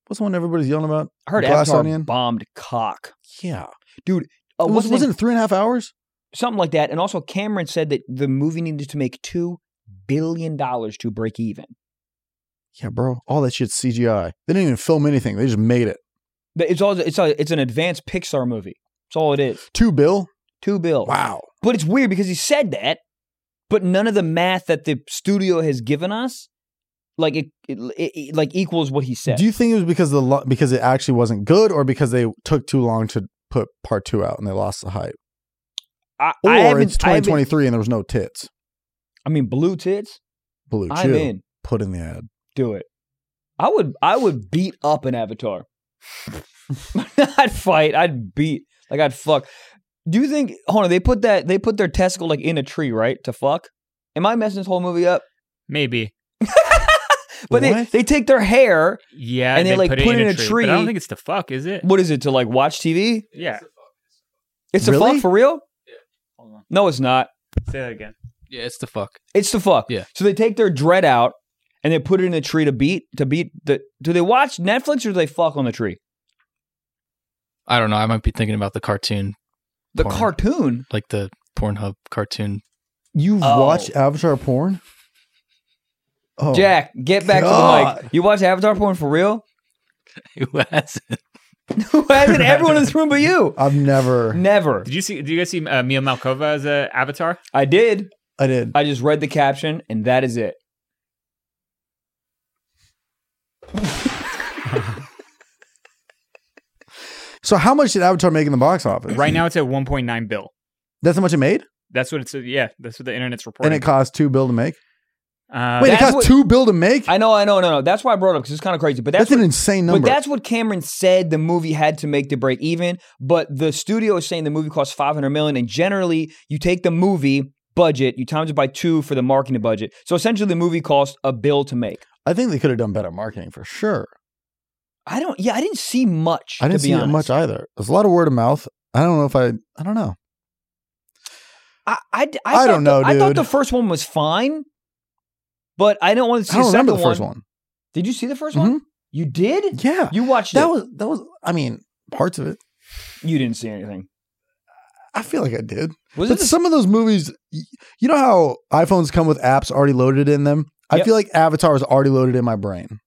[SPEAKER 1] What's the one everybody's yelling about?
[SPEAKER 2] I heard
[SPEAKER 1] Glass
[SPEAKER 2] Avatar
[SPEAKER 1] Onion?
[SPEAKER 2] bombed cock.
[SPEAKER 1] Yeah.
[SPEAKER 2] Uh,
[SPEAKER 1] was,
[SPEAKER 2] was,
[SPEAKER 1] was it three and a half hours?
[SPEAKER 2] something like that? And also, Cameron said that the movie needed to make two billion dollars to break even.
[SPEAKER 1] Yeah, bro. All that shit's CGI. They didn't even film anything. They just made it.
[SPEAKER 2] But It's all it's a, it's an advanced Pixar movie. That's all it is.
[SPEAKER 1] Two bill.
[SPEAKER 2] Two bill.
[SPEAKER 1] Wow.
[SPEAKER 2] But it's weird because he said that, but none of the math that the studio has given us, like it, it, it, it- like equals what he said.
[SPEAKER 1] Do you think it was because the lo- because it actually wasn't good, or because they took too long to put part two out and they lost the hype,
[SPEAKER 2] I,
[SPEAKER 1] or
[SPEAKER 2] I haven't-
[SPEAKER 1] it's
[SPEAKER 2] I haven't-
[SPEAKER 1] 2023 and there was no tits?
[SPEAKER 2] I mean, blue tits.
[SPEAKER 1] Blue
[SPEAKER 2] I'm
[SPEAKER 1] Chew.
[SPEAKER 2] in.
[SPEAKER 1] Put in the ad.
[SPEAKER 2] Do it. I would I would beat up an avatar. [laughs] I'd fight. I'd beat. Like I'd fuck. Do you think hold on, they put that they put their testicle like in a tree, right? To fuck? Am I messing this whole movie up?
[SPEAKER 3] Maybe.
[SPEAKER 2] But they,
[SPEAKER 1] What?
[SPEAKER 2] they take their hair,
[SPEAKER 3] Yeah,
[SPEAKER 2] And they, like, put it in a
[SPEAKER 3] But I
[SPEAKER 2] tree.
[SPEAKER 3] don't think it's the fuck, is it?
[SPEAKER 2] what is it, to like watch TV?
[SPEAKER 3] Yeah.
[SPEAKER 2] It's
[SPEAKER 1] Really?
[SPEAKER 2] to fuck for real?
[SPEAKER 4] Hold on.
[SPEAKER 2] No, it's not.
[SPEAKER 3] Say that again.
[SPEAKER 4] Yeah, it's the fuck.
[SPEAKER 2] It's to fuck.
[SPEAKER 4] Yeah.
[SPEAKER 2] So they take their dread out and they put it in a tree to beat to beat the do they watch Netflix or do they fuck on the tree?
[SPEAKER 4] I don't know. I might be thinking about the cartoon,
[SPEAKER 2] The
[SPEAKER 4] Porn.
[SPEAKER 2] cartoon.
[SPEAKER 4] like the Pornhub cartoon.
[SPEAKER 1] You've
[SPEAKER 2] Oh.
[SPEAKER 1] watched Avatar porn? Oh,
[SPEAKER 2] Jack, get back to the
[SPEAKER 1] God.
[SPEAKER 2] mic. You watch Avatar porn for real?
[SPEAKER 4] Who has it?
[SPEAKER 2] [laughs] Who hasn't everyone
[SPEAKER 1] [laughs]
[SPEAKER 2] in this room but you?
[SPEAKER 1] I've never.
[SPEAKER 2] Never.
[SPEAKER 3] Did you see? Did you guys see uh, Mia Malkova as a avatar?
[SPEAKER 2] I did.
[SPEAKER 1] I did.
[SPEAKER 2] I just read the caption, and that is it.
[SPEAKER 1] So how much did Avatar make in the box office?
[SPEAKER 3] Right now, it's at 1.9 bill.
[SPEAKER 1] That's how much it made,
[SPEAKER 3] That's what it's. Yeah, that's what the internet's
[SPEAKER 1] and
[SPEAKER 3] reporting.
[SPEAKER 1] it cost two bill to make.
[SPEAKER 3] uh,
[SPEAKER 1] Wait, it
[SPEAKER 2] that's
[SPEAKER 1] cost
[SPEAKER 2] what-
[SPEAKER 1] two bill to make.
[SPEAKER 2] I know, I know, no, no. That's why I brought it up because it's kind of crazy. But
[SPEAKER 1] that's
[SPEAKER 2] that's,
[SPEAKER 1] an
[SPEAKER 2] what,
[SPEAKER 1] insane
[SPEAKER 2] but
[SPEAKER 1] number.
[SPEAKER 2] that's what Cameron said the movie had to make to break even. But the studio is saying the movie costs five hundred million, and generally, you take the movie budget, you times it by two for the marketing budget. So essentially, the movie cost a bill to make.
[SPEAKER 1] I think they could have done better marketing for sure.
[SPEAKER 2] I don't. Yeah, I didn't see much.
[SPEAKER 1] I didn't
[SPEAKER 2] to be
[SPEAKER 1] see
[SPEAKER 2] honest.
[SPEAKER 1] it much either. There's a lot of word of mouth. I don't know if I. I don't know.
[SPEAKER 2] I, I, d-
[SPEAKER 1] I
[SPEAKER 2] thought
[SPEAKER 1] don't know,
[SPEAKER 2] the, I thought
[SPEAKER 1] dude.
[SPEAKER 2] the first one was fine, but I didn't want to see.
[SPEAKER 1] I don't
[SPEAKER 2] the second
[SPEAKER 1] remember the first one.
[SPEAKER 2] Did you see the 1st
[SPEAKER 1] Mhm.
[SPEAKER 2] one? You did?
[SPEAKER 1] Yeah,
[SPEAKER 2] You watched
[SPEAKER 1] that
[SPEAKER 2] it.
[SPEAKER 1] was that was. I mean, parts of it.
[SPEAKER 2] you didn't see anything.
[SPEAKER 1] I feel like I did,
[SPEAKER 2] Was
[SPEAKER 1] but
[SPEAKER 2] it? the-
[SPEAKER 1] some of those movies. y- You know how iPhones come with apps already loaded in them. I
[SPEAKER 2] Yep.
[SPEAKER 1] feel like Avatar is already loaded in my brain.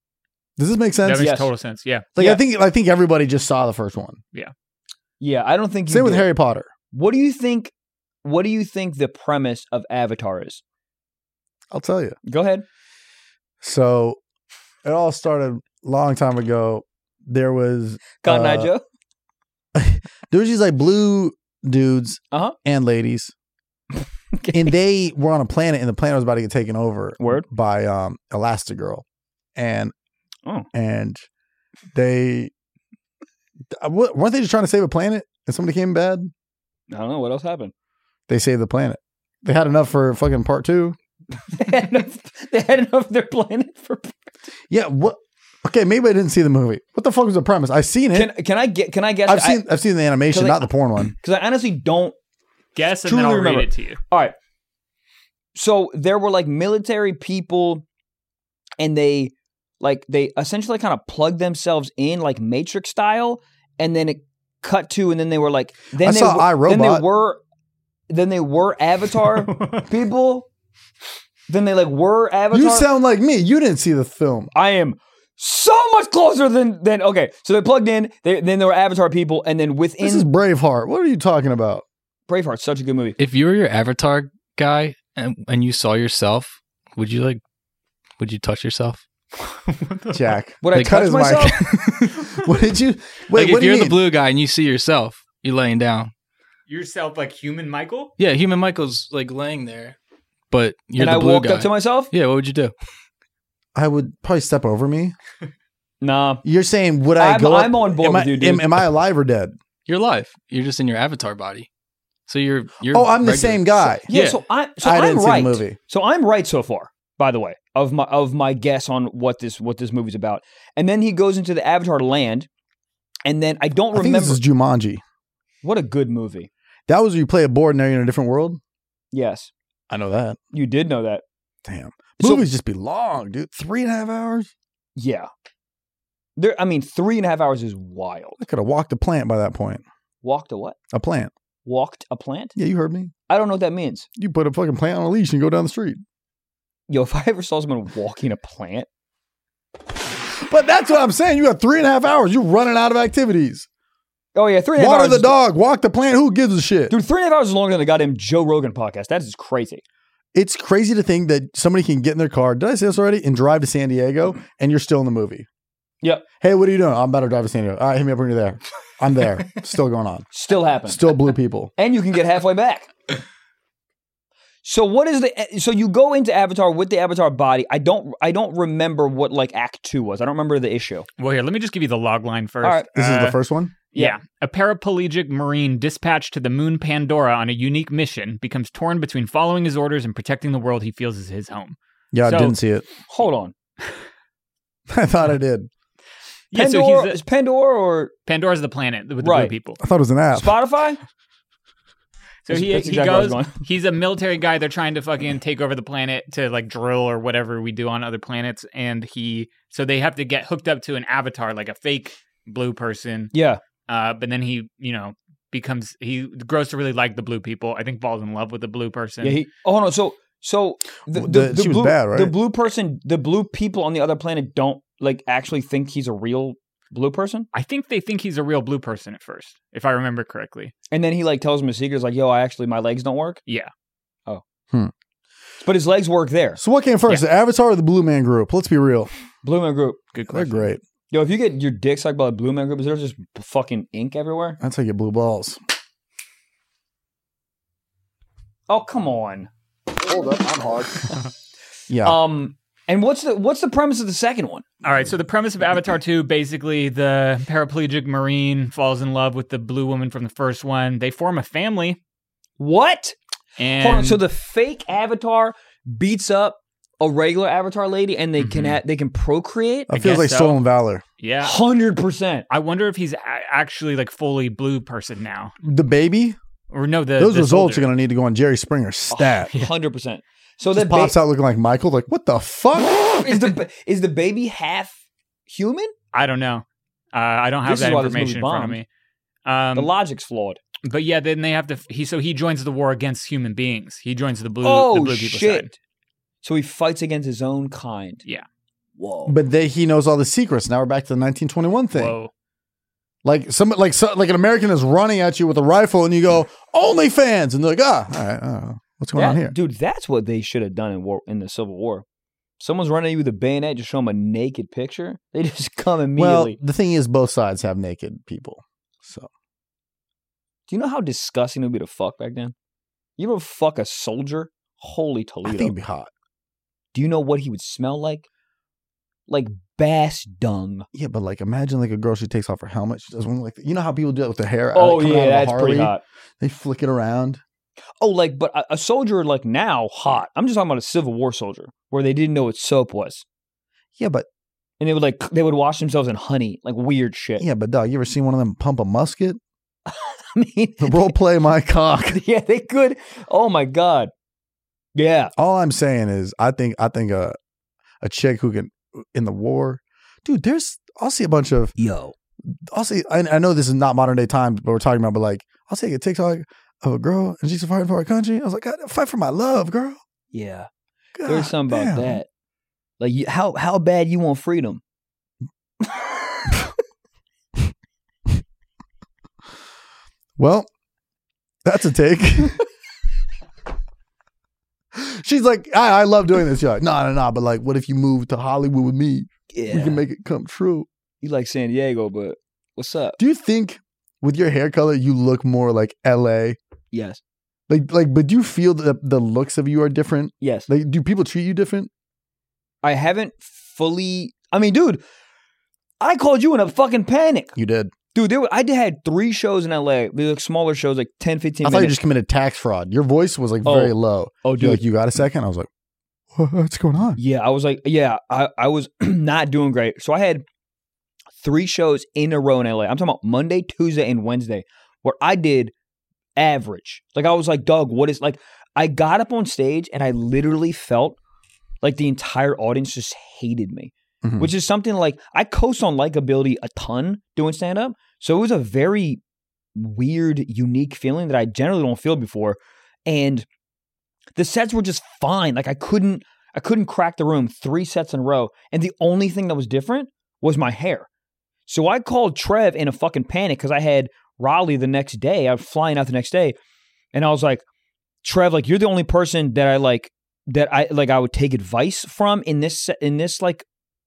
[SPEAKER 1] Does this make
[SPEAKER 3] that
[SPEAKER 1] sense?
[SPEAKER 3] makes
[SPEAKER 2] Yes.
[SPEAKER 3] total sense. Yeah.
[SPEAKER 1] Like I
[SPEAKER 2] yeah.
[SPEAKER 1] think I think everybody just saw the first one.
[SPEAKER 2] yeah, I don't think. You
[SPEAKER 1] Same with
[SPEAKER 2] did.
[SPEAKER 1] Harry Potter.
[SPEAKER 2] What do you think? What do you think the premise of Avatar is?
[SPEAKER 1] I'll tell you.
[SPEAKER 2] Go ahead.
[SPEAKER 1] So it all started a long time ago. There was
[SPEAKER 2] Cotton Eye
[SPEAKER 1] Uh,
[SPEAKER 2] Joe.
[SPEAKER 1] there was these like blue dudes
[SPEAKER 2] Uh-huh.
[SPEAKER 1] and
[SPEAKER 2] [laughs]
[SPEAKER 1] ladies. and they were on a planet and the planet was about to get taken over
[SPEAKER 2] Word.
[SPEAKER 1] by um Elastigirl. And
[SPEAKER 2] Oh.
[SPEAKER 1] and they uh, wa- weren't they just trying to save a planet and somebody came bad?
[SPEAKER 2] I don't know what else happened. [laughs]
[SPEAKER 1] They saved the planet. They had enough for fucking part two.
[SPEAKER 2] they, had enough, they had enough of their planet for.
[SPEAKER 1] Yeah, what okay, maybe I didn't see the movie. What the fuck was the premise? I've seen it.
[SPEAKER 2] Can, can I get? Can I guess?
[SPEAKER 1] Eh? I've seen I, have seen the animation,
[SPEAKER 2] 'cause I-
[SPEAKER 1] not the porn one.
[SPEAKER 2] because I, honestly don't.
[SPEAKER 3] Guess and
[SPEAKER 2] Truly
[SPEAKER 3] then I'll
[SPEAKER 2] remember.
[SPEAKER 3] read it to you.
[SPEAKER 2] All right. So there were like military people, and they like they essentially kind of plugged themselves in like Matrix style, and then it cut to, and then they were like, then
[SPEAKER 1] I
[SPEAKER 2] they
[SPEAKER 1] saw
[SPEAKER 2] were, then they
[SPEAKER 1] iRobot. [laughs]
[SPEAKER 2] were, then they were Avatar people. than they like were Avatar.
[SPEAKER 1] You sound like me. You didn't see the film.
[SPEAKER 2] I am so much closer than than okay. So they plugged in. They, then there were Avatar people, and then within
[SPEAKER 1] This is Braveheart. What are you talking about?
[SPEAKER 2] Braveheart's such a good movie.
[SPEAKER 4] If you were your avatar guy and and you saw yourself, would you like? Would you touch yourself?
[SPEAKER 1] Jack.
[SPEAKER 2] Would I
[SPEAKER 4] They cut
[SPEAKER 2] touch
[SPEAKER 1] his mic. [laughs]
[SPEAKER 2] myself?
[SPEAKER 1] what did you wait?
[SPEAKER 4] like
[SPEAKER 1] what
[SPEAKER 4] if
[SPEAKER 1] do
[SPEAKER 4] you're
[SPEAKER 1] you
[SPEAKER 4] the
[SPEAKER 1] mean?
[SPEAKER 4] blue guy and you see yourself, you're laying down.
[SPEAKER 3] Yourself like human Michael?
[SPEAKER 4] Yeah, human Michael's like laying there, but [laughs] you're
[SPEAKER 2] and
[SPEAKER 4] the
[SPEAKER 2] I
[SPEAKER 4] blue
[SPEAKER 2] walked
[SPEAKER 4] guy.
[SPEAKER 2] up to myself.
[SPEAKER 4] yeah, what would you do?
[SPEAKER 1] I would probably step over me.
[SPEAKER 2] Nah,
[SPEAKER 1] You're saying would I
[SPEAKER 2] I'm,
[SPEAKER 1] go?
[SPEAKER 2] I'm
[SPEAKER 1] up,
[SPEAKER 2] on board
[SPEAKER 1] am,
[SPEAKER 2] with
[SPEAKER 1] I,
[SPEAKER 2] you, dude.
[SPEAKER 1] am, am I alive or dead?
[SPEAKER 4] You're alive. You're just in your avatar body. So you're you're.
[SPEAKER 1] Oh, I'm the
[SPEAKER 4] regular.
[SPEAKER 1] same guy.
[SPEAKER 2] yeah,
[SPEAKER 4] yeah.
[SPEAKER 2] so I so
[SPEAKER 1] I
[SPEAKER 2] am
[SPEAKER 1] didn't see the
[SPEAKER 2] right.
[SPEAKER 1] movie.
[SPEAKER 2] So I'm right so far. By the way, of my of my guess on what this what this movie's about, and then he goes into the Avatar land, and then I don't
[SPEAKER 1] I think
[SPEAKER 2] remember
[SPEAKER 1] this is Jumanji.
[SPEAKER 2] what a good movie.
[SPEAKER 1] That was where you play a board and now you're in a different world.
[SPEAKER 2] Yes,
[SPEAKER 1] I know that.
[SPEAKER 2] you did know that.
[SPEAKER 1] Damn.
[SPEAKER 2] So-
[SPEAKER 1] Movies just be long, dude. Three and a half hours.
[SPEAKER 2] Yeah, there. I mean, three and a half hours is wild.
[SPEAKER 1] I could have walked a plant by that point.
[SPEAKER 2] Walked a what?
[SPEAKER 1] A plant.
[SPEAKER 2] Walked a plant?
[SPEAKER 1] Yeah, you heard me.
[SPEAKER 2] I don't know what that means.
[SPEAKER 1] You put a fucking plant on a leash and go down the street.
[SPEAKER 2] Yo, [laughs] if I ever saw someone walking a plant,
[SPEAKER 1] But that's what I'm saying. You got three and a half hours. You're running out of activities.
[SPEAKER 2] oh yeah, three and a half
[SPEAKER 1] Water
[SPEAKER 2] hours
[SPEAKER 1] the
[SPEAKER 2] is-
[SPEAKER 1] dog, walk the plant. Who gives a shit?
[SPEAKER 2] Dude, three and a half hours is longer than the goddamn Joe Rogan podcast. That is crazy.
[SPEAKER 1] It's crazy to think that somebody can get in their car. Did I say this already? And drive to San Diego, and you're still in the movie.
[SPEAKER 2] Yep.
[SPEAKER 1] Hey, what are you doing? I'm about to drive to San Diego. All right, hit me up when you're there. I'm
[SPEAKER 3] [laughs]
[SPEAKER 1] there. still going on.
[SPEAKER 2] Still happens.
[SPEAKER 1] Still blue people.
[SPEAKER 2] and you can get halfway back. So what is the so you go into Avatar with the Avatar body? I don't I don't remember what like Act Two was. I don't remember the issue.
[SPEAKER 3] Well, here, let me just give you the log line first.
[SPEAKER 2] All right.
[SPEAKER 1] This is
[SPEAKER 3] Uh,
[SPEAKER 1] the first one.
[SPEAKER 3] Yeah. A paraplegic Marine dispatched to the moon Pandora on a unique mission becomes torn between following his orders and protecting the world he feels is his home.
[SPEAKER 1] Yeah,
[SPEAKER 3] So-
[SPEAKER 1] I didn't see it. [laughs]
[SPEAKER 2] Hold on,
[SPEAKER 1] I thought I did.
[SPEAKER 3] Yeah, so
[SPEAKER 2] Pandora
[SPEAKER 3] he's
[SPEAKER 2] is Pandora or
[SPEAKER 3] Pandora's the planet with the
[SPEAKER 2] Right.
[SPEAKER 3] blue people.
[SPEAKER 1] I thought it was an app.
[SPEAKER 2] Spotify?
[SPEAKER 3] So
[SPEAKER 2] That's-
[SPEAKER 3] he,
[SPEAKER 2] that's
[SPEAKER 3] he
[SPEAKER 2] exactly where I was
[SPEAKER 3] goes, he's a military guy. They're trying to fucking take over the planet to like drill or whatever we do on other planets. And he, so they have to get hooked up to an avatar, like a fake blue person.
[SPEAKER 2] Yeah,
[SPEAKER 3] Uh, but then he, you know, becomes, he grows to really like the blue people. I think falls in love with the blue person.
[SPEAKER 2] yeah. He, oh no, so so the,
[SPEAKER 1] Well,
[SPEAKER 2] the,
[SPEAKER 1] the-
[SPEAKER 2] the
[SPEAKER 1] she was
[SPEAKER 2] blue,
[SPEAKER 1] bad, right?
[SPEAKER 2] The blue person, the blue people on the other planet don't like actually think he's a real blue person,
[SPEAKER 3] I think they think he's a real blue person at first, if I remember correctly.
[SPEAKER 2] and then he like tells him his secret, he's like, "Yo, I actually my legs don't work."
[SPEAKER 3] Yeah.
[SPEAKER 2] Oh.
[SPEAKER 1] Hmm.
[SPEAKER 2] But his legs work there.
[SPEAKER 1] So what came first, the Avatar or the Blue Man Group? Let's be real.
[SPEAKER 2] Blue Man Group.
[SPEAKER 3] Good
[SPEAKER 1] They're
[SPEAKER 3] question.
[SPEAKER 1] great.
[SPEAKER 2] Yo, if you get your dick sucked by a blue man group, is there just fucking ink everywhere?
[SPEAKER 1] That's how you get blue balls.
[SPEAKER 2] Oh, come on.
[SPEAKER 1] Hold up, I'm hard. yeah.
[SPEAKER 2] Um, and what's the what's the premise of the second one?
[SPEAKER 3] All right. So the premise of Avatar 2 basically the paraplegic Marine falls in love with the blue woman from the first one. They form a family.
[SPEAKER 2] What?
[SPEAKER 3] And
[SPEAKER 2] Hold on, so the fake avatar beats up a regular avatar lady, and they can
[SPEAKER 3] Mhm.
[SPEAKER 2] ha- they can procreate.
[SPEAKER 1] that
[SPEAKER 3] I
[SPEAKER 1] feels
[SPEAKER 3] guess
[SPEAKER 1] like
[SPEAKER 3] so.
[SPEAKER 1] stolen valor.
[SPEAKER 3] yeah.
[SPEAKER 2] Hundred percent.
[SPEAKER 3] I wonder if he's a- actually like fully blue person now,
[SPEAKER 1] The baby,
[SPEAKER 3] or no? The
[SPEAKER 1] those
[SPEAKER 3] the
[SPEAKER 1] results
[SPEAKER 3] soldier. Oh,
[SPEAKER 1] are going to need to go on Jerry Springer's stat.
[SPEAKER 2] Oh, Hundred percent. So
[SPEAKER 1] Just
[SPEAKER 2] that
[SPEAKER 1] pops
[SPEAKER 2] ba-
[SPEAKER 1] out looking like Michael. Like, what the fuck?
[SPEAKER 2] [laughs] is the ba- is the baby half human?
[SPEAKER 3] I don't know. Uh, I don't have
[SPEAKER 2] This is
[SPEAKER 3] that
[SPEAKER 2] why this movie
[SPEAKER 3] information in front of me. Um,
[SPEAKER 2] the logic's flawed.
[SPEAKER 3] but yeah, then they have to. He so he joins the war against human beings. He joins the blue. the
[SPEAKER 2] oh
[SPEAKER 3] blue people
[SPEAKER 2] shit!
[SPEAKER 3] Side.
[SPEAKER 2] So he fights against his own kind.
[SPEAKER 3] Yeah.
[SPEAKER 2] Whoa.
[SPEAKER 1] But they, he knows all the secrets. Now we're back to the 1921 thing.
[SPEAKER 3] Whoa.
[SPEAKER 1] Like some, like so, like an American is running at you with a rifle, and you go OnlyFans, and they're like, ah, all right, uh, what's going
[SPEAKER 2] That-
[SPEAKER 1] on here?
[SPEAKER 2] Dude, that's what they should have done in war in the Civil War. Someone's running at you with a bayonet, just show them a naked picture. [laughs] They just come
[SPEAKER 1] Well,
[SPEAKER 2] immediately.
[SPEAKER 1] the thing is, both sides have naked people. So
[SPEAKER 2] Do you know how disgusting it would be to fuck back then? You ever fuck a soldier? Holy
[SPEAKER 1] I
[SPEAKER 2] Toledo.
[SPEAKER 1] think it'd be hot.
[SPEAKER 2] Do you know what he would smell like? Like bass dung.
[SPEAKER 1] Yeah, but like imagine like a girl, she takes off her helmet, she does one like you know how people do that with their hair. out-
[SPEAKER 2] Oh,
[SPEAKER 1] coming out
[SPEAKER 2] yeah,
[SPEAKER 1] of a
[SPEAKER 2] that's pretty
[SPEAKER 1] Harley?
[SPEAKER 2] hot.
[SPEAKER 1] They flick it around.
[SPEAKER 2] Oh, like, but a, a soldier, like now, hot. I'm just talking about a Civil War soldier where they didn't know what soap was.
[SPEAKER 1] Yeah, but
[SPEAKER 2] And they would, like, they would wash themselves in honey, like weird shit.
[SPEAKER 1] yeah, but dog, you ever seen one of them pump a musket?
[SPEAKER 2] [laughs] I mean,
[SPEAKER 1] Role play my cock.
[SPEAKER 2] [laughs] yeah, they could. Oh, my God. Yeah.
[SPEAKER 1] All I'm saying is, I think I think a a chick who can in the war, dude. There's I'll see a bunch of
[SPEAKER 2] yo
[SPEAKER 1] I'll see. I, I know this is not modern day times, but we're talking about. But like, I'll take a TikTok of a girl and she's fighting for our country. I was like, God, fight for my love, girl.
[SPEAKER 2] yeah There's something about
[SPEAKER 1] damn.
[SPEAKER 2] that. Like you, how how bad you want freedom?
[SPEAKER 1] Well, that's a take. [laughs] She's like, I, I love doing this. You're like, nah, nah, nah. But like, what if you move to Hollywood with me? We
[SPEAKER 2] Yeah.
[SPEAKER 1] can make it come true.
[SPEAKER 2] you like San Diego, but what's up?
[SPEAKER 1] Do you think with your hair color you look more like LA?
[SPEAKER 2] Yes.
[SPEAKER 1] Like like but do you feel that the looks of you are different?
[SPEAKER 2] Yes.
[SPEAKER 1] Like do people treat you different?
[SPEAKER 2] I haven't fully I mean, dude, I called you in a fucking panic.
[SPEAKER 1] You did.
[SPEAKER 2] Dude, there were, I did had three shows in LA. They were like smaller shows, like 10, 15
[SPEAKER 1] I thought you
[SPEAKER 2] minutes.
[SPEAKER 1] just committed tax fraud. Your voice was like
[SPEAKER 2] Oh.
[SPEAKER 1] very low.
[SPEAKER 2] oh
[SPEAKER 1] You're
[SPEAKER 2] dude.
[SPEAKER 1] like, you got a second? I was like, "What- what's going on?
[SPEAKER 2] Yeah, I was like, yeah, I, I was [clears throat] not doing great. So I had three shows in a row in LA. I'm talking about Monday, Tuesday, and Wednesday, where I did average. Like I was like, Doug, what is like I got up on stage and I literally felt like the entire audience just hated me.
[SPEAKER 1] Mhm.
[SPEAKER 2] Which is something like I coast on likability a ton doing stand up. So it was a very weird, unique feeling that I generally don't feel before. And the sets were just fine. Like I couldn't I couldn't crack the room three sets in a row. And the only thing that was different was my hair. So I called Trev in a fucking panic because I had Raleigh the next day. I was flying out the next day. And I was like, Trev, like you're the only person that I like that I like I would take advice from in this se- in this like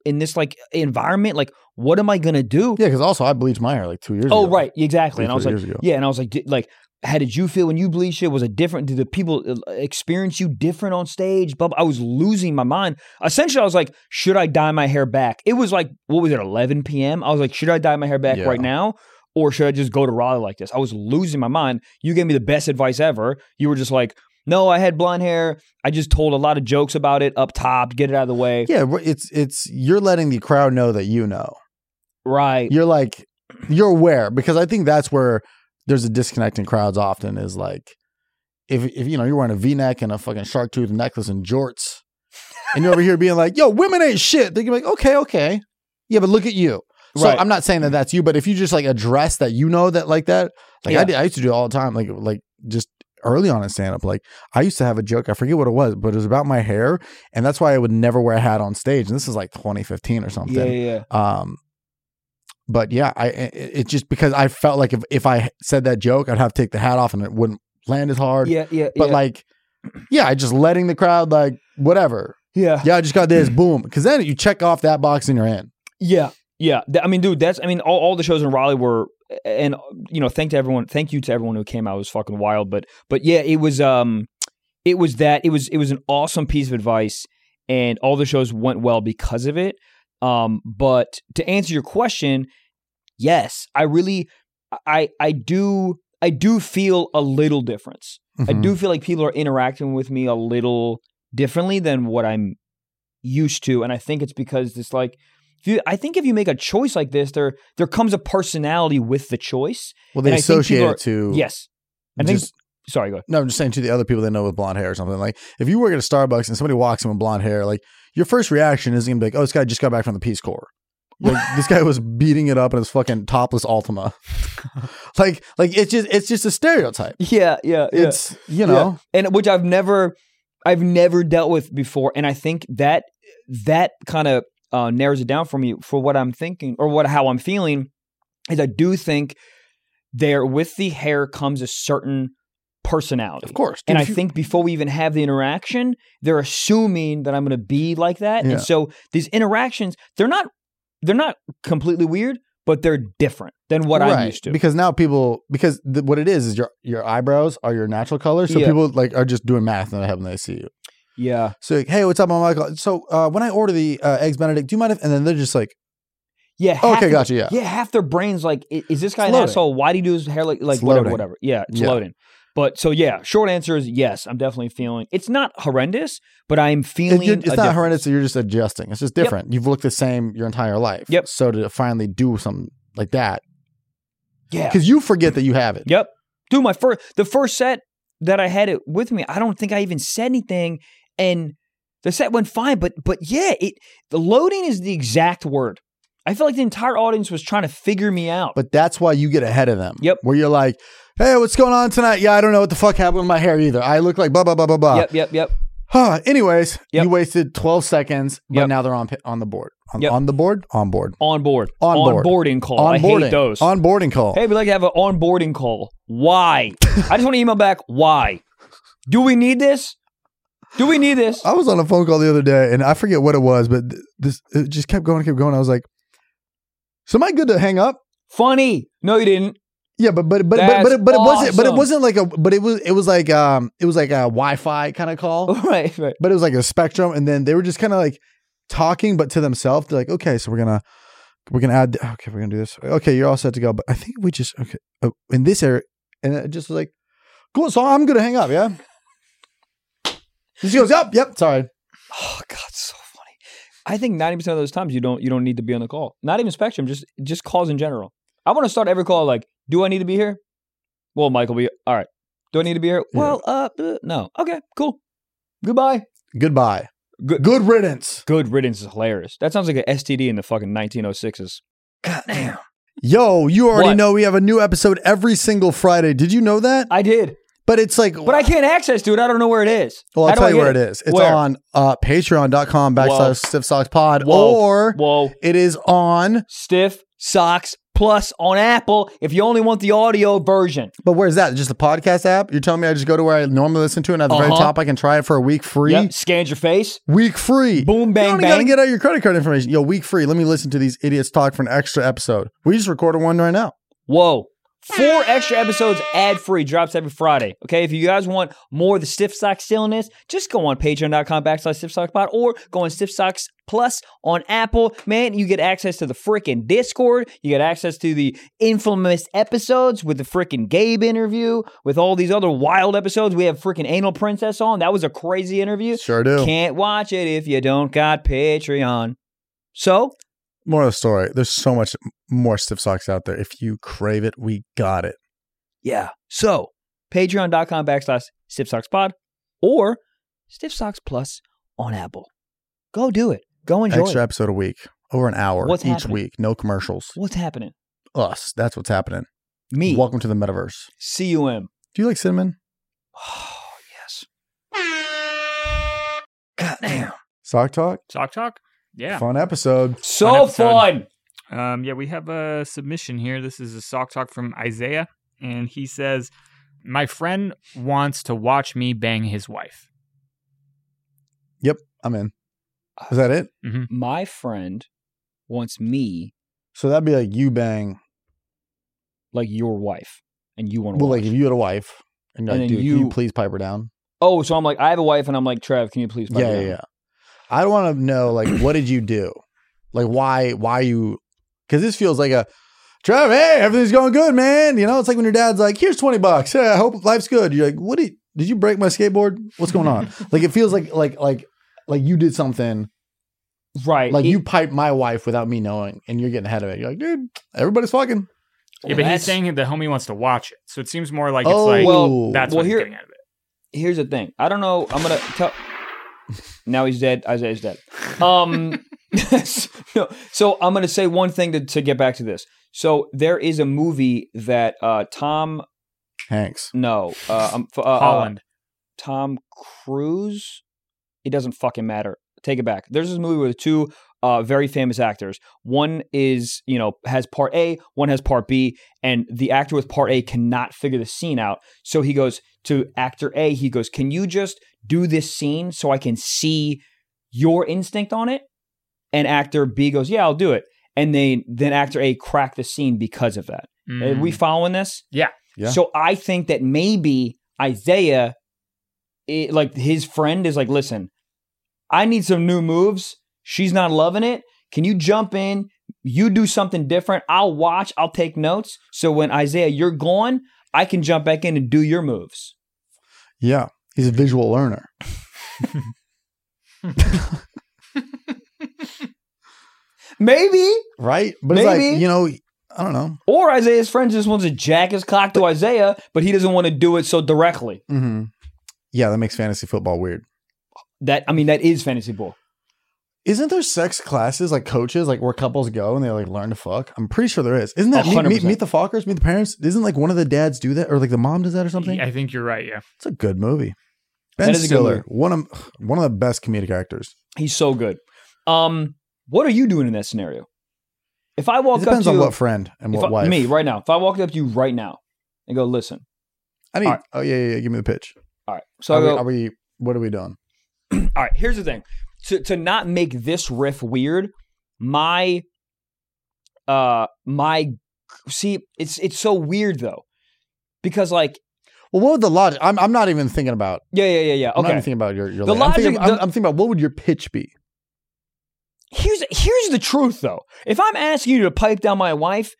[SPEAKER 2] in this like environment. Like, what am I gonna do?
[SPEAKER 1] Yeah, because also I bleached my hair like two years
[SPEAKER 2] Oh,
[SPEAKER 1] ago.
[SPEAKER 2] right, exactly.
[SPEAKER 1] Three,
[SPEAKER 2] And I was
[SPEAKER 1] four
[SPEAKER 2] like,
[SPEAKER 1] years ago.
[SPEAKER 2] yeah, and I was like, did, like, how did you feel when you bleached it? Was it different? Did the people uh, experience you different on stage? Blah, blah. I was losing my mind. Essentially, I was like, should I dye my hair back? It was like, what was it, 11 p.m.? I was like, should I dye my hair back
[SPEAKER 1] Yeah.
[SPEAKER 2] right now? Or should I just go to Raleigh like this? I was losing my mind. You gave me the best advice ever. You were just like, no, I had blonde hair. I just told a lot of jokes about it up top, get it out of the way.
[SPEAKER 1] Yeah, wh- it's it's you're letting the crowd know that you know.
[SPEAKER 2] Right.
[SPEAKER 1] You're like you're aware because I think that's where there's a disconnect in crowds often is like if if you know you're wearing a V-neck and a fucking shark tooth necklace and jorts and you're over here being like, "Yo, women ain't shit." They're like, "Okay, okay." Yeah, but look at you. So
[SPEAKER 2] Right.
[SPEAKER 1] I'm not saying that that's you, but if you just like address that you know that like that, like
[SPEAKER 2] Yeah.
[SPEAKER 1] I did, I used to do it all the time, like like just early on in stand up, like I used to have a joke, I forget what it was, but it was about my hair, and that's why I would never wear a hat on stage. And this is like 2015 or something.
[SPEAKER 2] Yeah, yeah, yeah.
[SPEAKER 1] Um, but yeah, I it, it just because I felt like if if I said that joke, I'd have to take the hat off and it wouldn't land as hard.
[SPEAKER 2] Yeah, yeah,
[SPEAKER 1] but
[SPEAKER 2] yeah.
[SPEAKER 1] like, yeah, I just letting the crowd like whatever.
[SPEAKER 2] yeah.
[SPEAKER 1] Yeah, I just got this boom because then you check off that box in your hand.
[SPEAKER 2] Yeah. Yeah. Th- I mean, dude, that's, I mean, all, all the shows in Raleigh were, and, you know, thank to everyone, thank you to everyone who came out. It was fucking wild. But, but yeah, it was, um, it was that, it was, it was an awesome piece of advice and all the shows went well because of it. Um, but to answer your question, yes, I really, I, I do, I do feel a little difference.
[SPEAKER 1] Mm-hmm.
[SPEAKER 2] I
[SPEAKER 1] Mm.
[SPEAKER 2] do feel like people are interacting with me a little differently than what I'm used to, and I think it's because it's like, if you, I think if you make a choice like this, there there comes a personality with the choice.
[SPEAKER 1] Well, they
[SPEAKER 2] and I think
[SPEAKER 1] associate
[SPEAKER 2] people
[SPEAKER 1] it to
[SPEAKER 2] Yes, I think.
[SPEAKER 1] Just,
[SPEAKER 2] sorry, go ahead.
[SPEAKER 1] no, I'm just saying to the other people they know with blonde hair or something. Like if you work at a Starbucks and somebody walks in with blonde hair, like your first reaction isn't gonna be like, "Oh, this guy just got back from the Peace Corps."
[SPEAKER 2] [laughs]
[SPEAKER 1] Like this guy was beating it up in his fucking topless Altima. like, like it's just it's just a stereotype.
[SPEAKER 2] Yeah, yeah, yeah.
[SPEAKER 1] It's you know,
[SPEAKER 2] and which I've never, I've never dealt with before, and I think that that kind of uh, narrows it down for me for what I'm thinking or what how I'm feeling is I do think there with the hair comes a certain personality,
[SPEAKER 1] of course.
[SPEAKER 2] and
[SPEAKER 1] dude,
[SPEAKER 2] I
[SPEAKER 1] if you-
[SPEAKER 2] think before we even have the interaction, they're assuming that I'm going to be like that,
[SPEAKER 1] Yeah.
[SPEAKER 2] and so these interactions they're not they're not completely weird, but they're different than what
[SPEAKER 1] right,
[SPEAKER 2] I'm used to.
[SPEAKER 1] because now people because th- what it is is your your eyebrows are your natural color, so
[SPEAKER 2] Yeah.
[SPEAKER 1] people like are just doing math in their head when they see you.
[SPEAKER 2] yeah,
[SPEAKER 1] So like, hey, what's up, I'm Michael? So uh, when I order the uh, eggs Benedict, do you mind if? And then they're just like, "Oh,
[SPEAKER 2] yeah. half
[SPEAKER 1] okay,
[SPEAKER 2] the-
[SPEAKER 1] gotcha, yeah.
[SPEAKER 2] Yeah, half their brains like, i- is this guy
[SPEAKER 1] It's
[SPEAKER 2] an
[SPEAKER 1] loading.
[SPEAKER 2] asshole? Why do you do his hair like like
[SPEAKER 1] It's
[SPEAKER 2] whatever,
[SPEAKER 1] loading.
[SPEAKER 2] whatever? Yeah, it's
[SPEAKER 1] Yeah.
[SPEAKER 2] loading. But so yeah, short answer is yes. I'm definitely feeling. It's not horrendous, but I'm feeling.
[SPEAKER 1] It- you're- it's
[SPEAKER 2] a
[SPEAKER 1] not
[SPEAKER 2] difference.
[SPEAKER 1] horrendous. You're just adjusting. It's just
[SPEAKER 2] Yep.
[SPEAKER 1] different. You've looked the same your entire life.
[SPEAKER 2] Yep.
[SPEAKER 1] So to finally do something like that,
[SPEAKER 2] Yeah.
[SPEAKER 1] because you forget that you have it.
[SPEAKER 2] Yep. Dude, my first the first set that I had it with me, I don't think I even said anything, and the set went fine. But but yeah, it the loading is the exact word. I feel like the entire audience was trying to figure me out.
[SPEAKER 1] But that's why you get ahead of them.
[SPEAKER 2] Yep.
[SPEAKER 1] Where you're like, hey, what's going on tonight? Yeah, I don't know what the fuck happened with my hair either. I look like blah blah blah blah blah.
[SPEAKER 2] yep, yep, yep.
[SPEAKER 1] Huh. Anyways,
[SPEAKER 2] Yep.
[SPEAKER 1] you wasted 12 seconds, but
[SPEAKER 2] Yep.
[SPEAKER 1] now they're on pi- on the board. On,
[SPEAKER 2] Yep.
[SPEAKER 1] on the board? On board.
[SPEAKER 2] On board.
[SPEAKER 1] On board.
[SPEAKER 2] Onboarding call.
[SPEAKER 1] on
[SPEAKER 2] I hate those.
[SPEAKER 1] Onboarding call.
[SPEAKER 2] Hey, we'd like to have an onboarding call. Why? I just want to email back. Why? Do we need this? Do we need this?
[SPEAKER 1] I was on a phone call the other day, and I forget what it was, but th- this it just kept going, kept going. I was like, "So am I good to hang up?"
[SPEAKER 2] Funny. No, you didn't. [laughs]
[SPEAKER 1] Yeah, but but but but but,
[SPEAKER 2] That's
[SPEAKER 1] it, but it wasn't. But it
[SPEAKER 2] awesome.
[SPEAKER 1] wasn't like a. But it was it was like um it was like a Wi-Fi kind of call,
[SPEAKER 2] right, right.
[SPEAKER 1] but it was like a Spectrum, and then they were just kind of like talking, but to themselves. They're like, "Okay, so we're gonna we're gonna add. Okay, we're gonna do this. Okay, you're all set to go." But I think we just okay oh, in this area, and it just was like, "Cool." So I'm gonna hang up. Yeah. She goes, "Yep, yep." Sorry.
[SPEAKER 2] Oh God, so funny. I think ninety percent of those times you don't you don't need to be on the call. Not even Spectrum, just just calls in general. I want to start every call like, do I need to be here? Well, Michael, be all right. Do I need to be here?
[SPEAKER 1] Yeah.
[SPEAKER 2] Well, uh, uh, no. Okay, cool. Goodbye.
[SPEAKER 1] Goodbye.
[SPEAKER 2] Good-
[SPEAKER 1] Good riddance.
[SPEAKER 2] Good riddance is hilarious. That sounds like an STD in the fucking 1906s. God damn.
[SPEAKER 1] Yo, you already
[SPEAKER 2] What?
[SPEAKER 1] know we have a new episode every single Friday. Did you know that?
[SPEAKER 2] I did,
[SPEAKER 1] But it's like,
[SPEAKER 2] but I can't access to it. I don't know where it is.
[SPEAKER 1] well,
[SPEAKER 2] How
[SPEAKER 1] I'll
[SPEAKER 2] do
[SPEAKER 1] tell
[SPEAKER 2] I
[SPEAKER 1] you
[SPEAKER 2] get
[SPEAKER 1] where it is. It's
[SPEAKER 2] Where?
[SPEAKER 1] on uh, patreon.com
[SPEAKER 2] Whoa.
[SPEAKER 1] backslash stiff socks pod,
[SPEAKER 2] Whoa.
[SPEAKER 1] or
[SPEAKER 2] Whoa,
[SPEAKER 1] it is on,
[SPEAKER 2] stiff socks plus on Apple. If you only want the audio version,
[SPEAKER 1] but where's that? Just the podcast app? You're telling me I just go to where I normally listen to and at the very
[SPEAKER 2] Uh-huh.
[SPEAKER 1] top I can try it for a week free?
[SPEAKER 2] yep. Scans your face.
[SPEAKER 1] Week free.
[SPEAKER 2] Boom,
[SPEAKER 1] you
[SPEAKER 2] bang,
[SPEAKER 1] only gotta
[SPEAKER 2] bang.
[SPEAKER 1] get out your credit card information. Yo, week free. Let me listen to these idiots talk for an extra episode. We just recorded one right now.
[SPEAKER 2] Whoa. Four extra episodes ad free drops every Friday. Okay, if you guys want more of the Stiff Sock silliness, just go on patreon.com backslash Stiff Socks Pod or go on Stiff Socks Plus on Apple. Man, you get access to the freaking Discord. You get access to the infamous episodes with the freaking Gabe interview, with all these other wild episodes. We have freaking Anal Princess on. That was a crazy interview.
[SPEAKER 1] Sure do.
[SPEAKER 2] Can't watch it if you don't got Patreon. So,
[SPEAKER 1] More of the story. There's so much more stiff socks out there. If you crave it, we got it.
[SPEAKER 2] Yeah. So patreon.com backslash stiffsockspod or stiffsocks plus on Apple. Go do it. Go enjoy
[SPEAKER 1] extra
[SPEAKER 2] it.
[SPEAKER 1] episode a week, over an hour
[SPEAKER 2] What's
[SPEAKER 1] each
[SPEAKER 2] happening?
[SPEAKER 1] week, no commercials.
[SPEAKER 2] What's happening?
[SPEAKER 1] Us, that's what's happening.
[SPEAKER 2] Me.
[SPEAKER 1] Welcome to the metaverse.
[SPEAKER 2] C-U-M.
[SPEAKER 1] Do you like cinnamon?
[SPEAKER 2] Oh, yes. God damn.
[SPEAKER 1] Sock talk,
[SPEAKER 3] Sock talk. Yeah.
[SPEAKER 1] fun episode.
[SPEAKER 2] So
[SPEAKER 3] episode.
[SPEAKER 2] fun.
[SPEAKER 3] Um, yeah, we have a submission here. This is a sock talk from Isaiah, and he says, "My friend wants to watch me bang his wife."
[SPEAKER 1] I'm in.
[SPEAKER 2] Ah.
[SPEAKER 1] Is that it?
[SPEAKER 2] My friend wants me
[SPEAKER 1] So that'd be like you bang.
[SPEAKER 2] like your wife, and you want to
[SPEAKER 1] Well,
[SPEAKER 2] watch.
[SPEAKER 1] like if you had a wife and, you're
[SPEAKER 2] And
[SPEAKER 1] like, dude,
[SPEAKER 2] then
[SPEAKER 1] can you
[SPEAKER 2] you-
[SPEAKER 1] please pipe her down?
[SPEAKER 2] oh, so I'm like, I have a wife, and I'm like, Trev, can you please? pipe
[SPEAKER 1] yeah,
[SPEAKER 2] it
[SPEAKER 1] yeah,
[SPEAKER 2] down?
[SPEAKER 1] yeah. I want to know like
[SPEAKER 2] [clears throat]
[SPEAKER 1] what did you do? Like why why you? Because this feels like a. Trev, hey, everything's going good, man. You know, it's like when your dad's like, "Here's twenty bucks. Hey, I hope life's good." You're like, "What did? Did you break my skateboard? What's going
[SPEAKER 2] [laughs]
[SPEAKER 1] on?" like it feels like like like like you did something.
[SPEAKER 2] Right.
[SPEAKER 1] Like
[SPEAKER 2] it-
[SPEAKER 1] you piped my wife without me knowing, and you're getting ahead of it. You're like, dude, everybody's fucking.
[SPEAKER 3] Yeah, but
[SPEAKER 2] That's-
[SPEAKER 3] he's saying the homie wants to watch it, so it seems more like
[SPEAKER 1] oh,
[SPEAKER 3] it's like
[SPEAKER 1] well,
[SPEAKER 3] that's
[SPEAKER 2] Well,
[SPEAKER 3] what he's
[SPEAKER 2] here-
[SPEAKER 3] getting out of it.
[SPEAKER 2] here's the thing. I don't know. I'm gonna tell. Now he's dead. Isaiah's dead. Um, [laughs] no. So I'm gonna say one thing to, to get back to this. So there is a movie that uh, Tom
[SPEAKER 1] Hanks.
[SPEAKER 2] no uh, um, f- uh, uh,
[SPEAKER 3] Holland.
[SPEAKER 2] Tom Cruise. It doesn't fucking matter. Take it back. There's this movie with two uh, very famous actors. One is, you know, has part A, one has part B, and the actor with part A cannot figure the scene out. So he goes to actor A, he goes, Can you just do this scene so I can see your instinct on it? And actor B goes, Yeah, I'll do it. And they then actor A cracked the scene because of that.
[SPEAKER 3] Mm.
[SPEAKER 2] Are we following this?
[SPEAKER 3] Yeah.
[SPEAKER 1] Yeah.
[SPEAKER 2] So I think that maybe Isaiah, it, like his friend, is like, listen, I need some new moves. She's not loving it. Can you jump in? You do something different. I'll watch. I'll take notes. So when Isaiah, you're gone, I can jump back in and do your moves.
[SPEAKER 1] Yeah, he's a visual learner.
[SPEAKER 2] Maybe.
[SPEAKER 1] Right? But it's like,
[SPEAKER 2] Maybe.
[SPEAKER 1] you know, I don't know.
[SPEAKER 2] Or Isaiah's friend just wants to jack his cock to Isaiah, but he doesn't want to do it so directly.
[SPEAKER 1] hmm Yeah, that makes fantasy football weird.
[SPEAKER 2] That I mean, that is fantasy ball.
[SPEAKER 1] Isn't there sex classes like coaches, like where couples go and they like learn to fuck? I'm pretty sure there is. Isn't that meet, meet,
[SPEAKER 2] 100%.
[SPEAKER 1] meet the fuckers, meet the parents? Isn't like one of the dads do that or like the mom does that or something?
[SPEAKER 3] I think you're right. Yeah.
[SPEAKER 1] It's a good movie. Ben
[SPEAKER 2] That is a good
[SPEAKER 1] Stiller,
[SPEAKER 2] movie.
[SPEAKER 1] one of one of the best comedic actors.
[SPEAKER 2] He's so good. Um, what are you doing in that scenario? If I
[SPEAKER 1] It
[SPEAKER 2] walk up
[SPEAKER 1] depends
[SPEAKER 2] to
[SPEAKER 1] on
[SPEAKER 2] you,
[SPEAKER 1] what friend and
[SPEAKER 2] if
[SPEAKER 1] what
[SPEAKER 2] I-
[SPEAKER 1] wife.
[SPEAKER 2] me right now, if I walked up to you right now and go, listen,
[SPEAKER 1] I need.
[SPEAKER 2] All right.
[SPEAKER 1] Oh yeah, yeah, yeah. Give me the pitch.
[SPEAKER 2] all right. So I
[SPEAKER 1] are,
[SPEAKER 2] go,
[SPEAKER 1] we, are we? What are we doing?
[SPEAKER 2] all right. Here's the thing: to to not make this riff weird, my uh my see, it's it's so weird though because like
[SPEAKER 1] Well, what would the logic? I'm, I'm not even thinking about.
[SPEAKER 2] yeah yeah yeah yeah
[SPEAKER 1] I'm not
[SPEAKER 2] okay.
[SPEAKER 1] even thinking about your your.
[SPEAKER 2] The
[SPEAKER 1] lane. I'm, thinking,
[SPEAKER 2] logic-
[SPEAKER 1] I'm-
[SPEAKER 2] the-
[SPEAKER 1] I'm thinking about what would your pitch be?
[SPEAKER 2] Here's here's the truth though. If I'm asking you to pipe down my wife,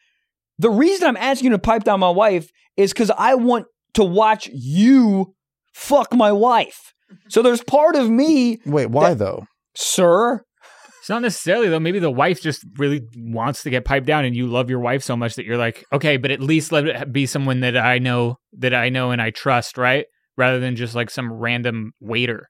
[SPEAKER 2] the reason I'm asking you to pipe down my wife is because I want to watch you fuck my wife. So there's part of me,
[SPEAKER 1] Wait, why though?
[SPEAKER 2] sir.
[SPEAKER 3] It's not necessarily though. Maybe the wife just really wants to get piped down, and you love your wife so much that you're like, okay, but at least let it be someone that I know, that I know and I trust, right? Rather than just like some random waiter.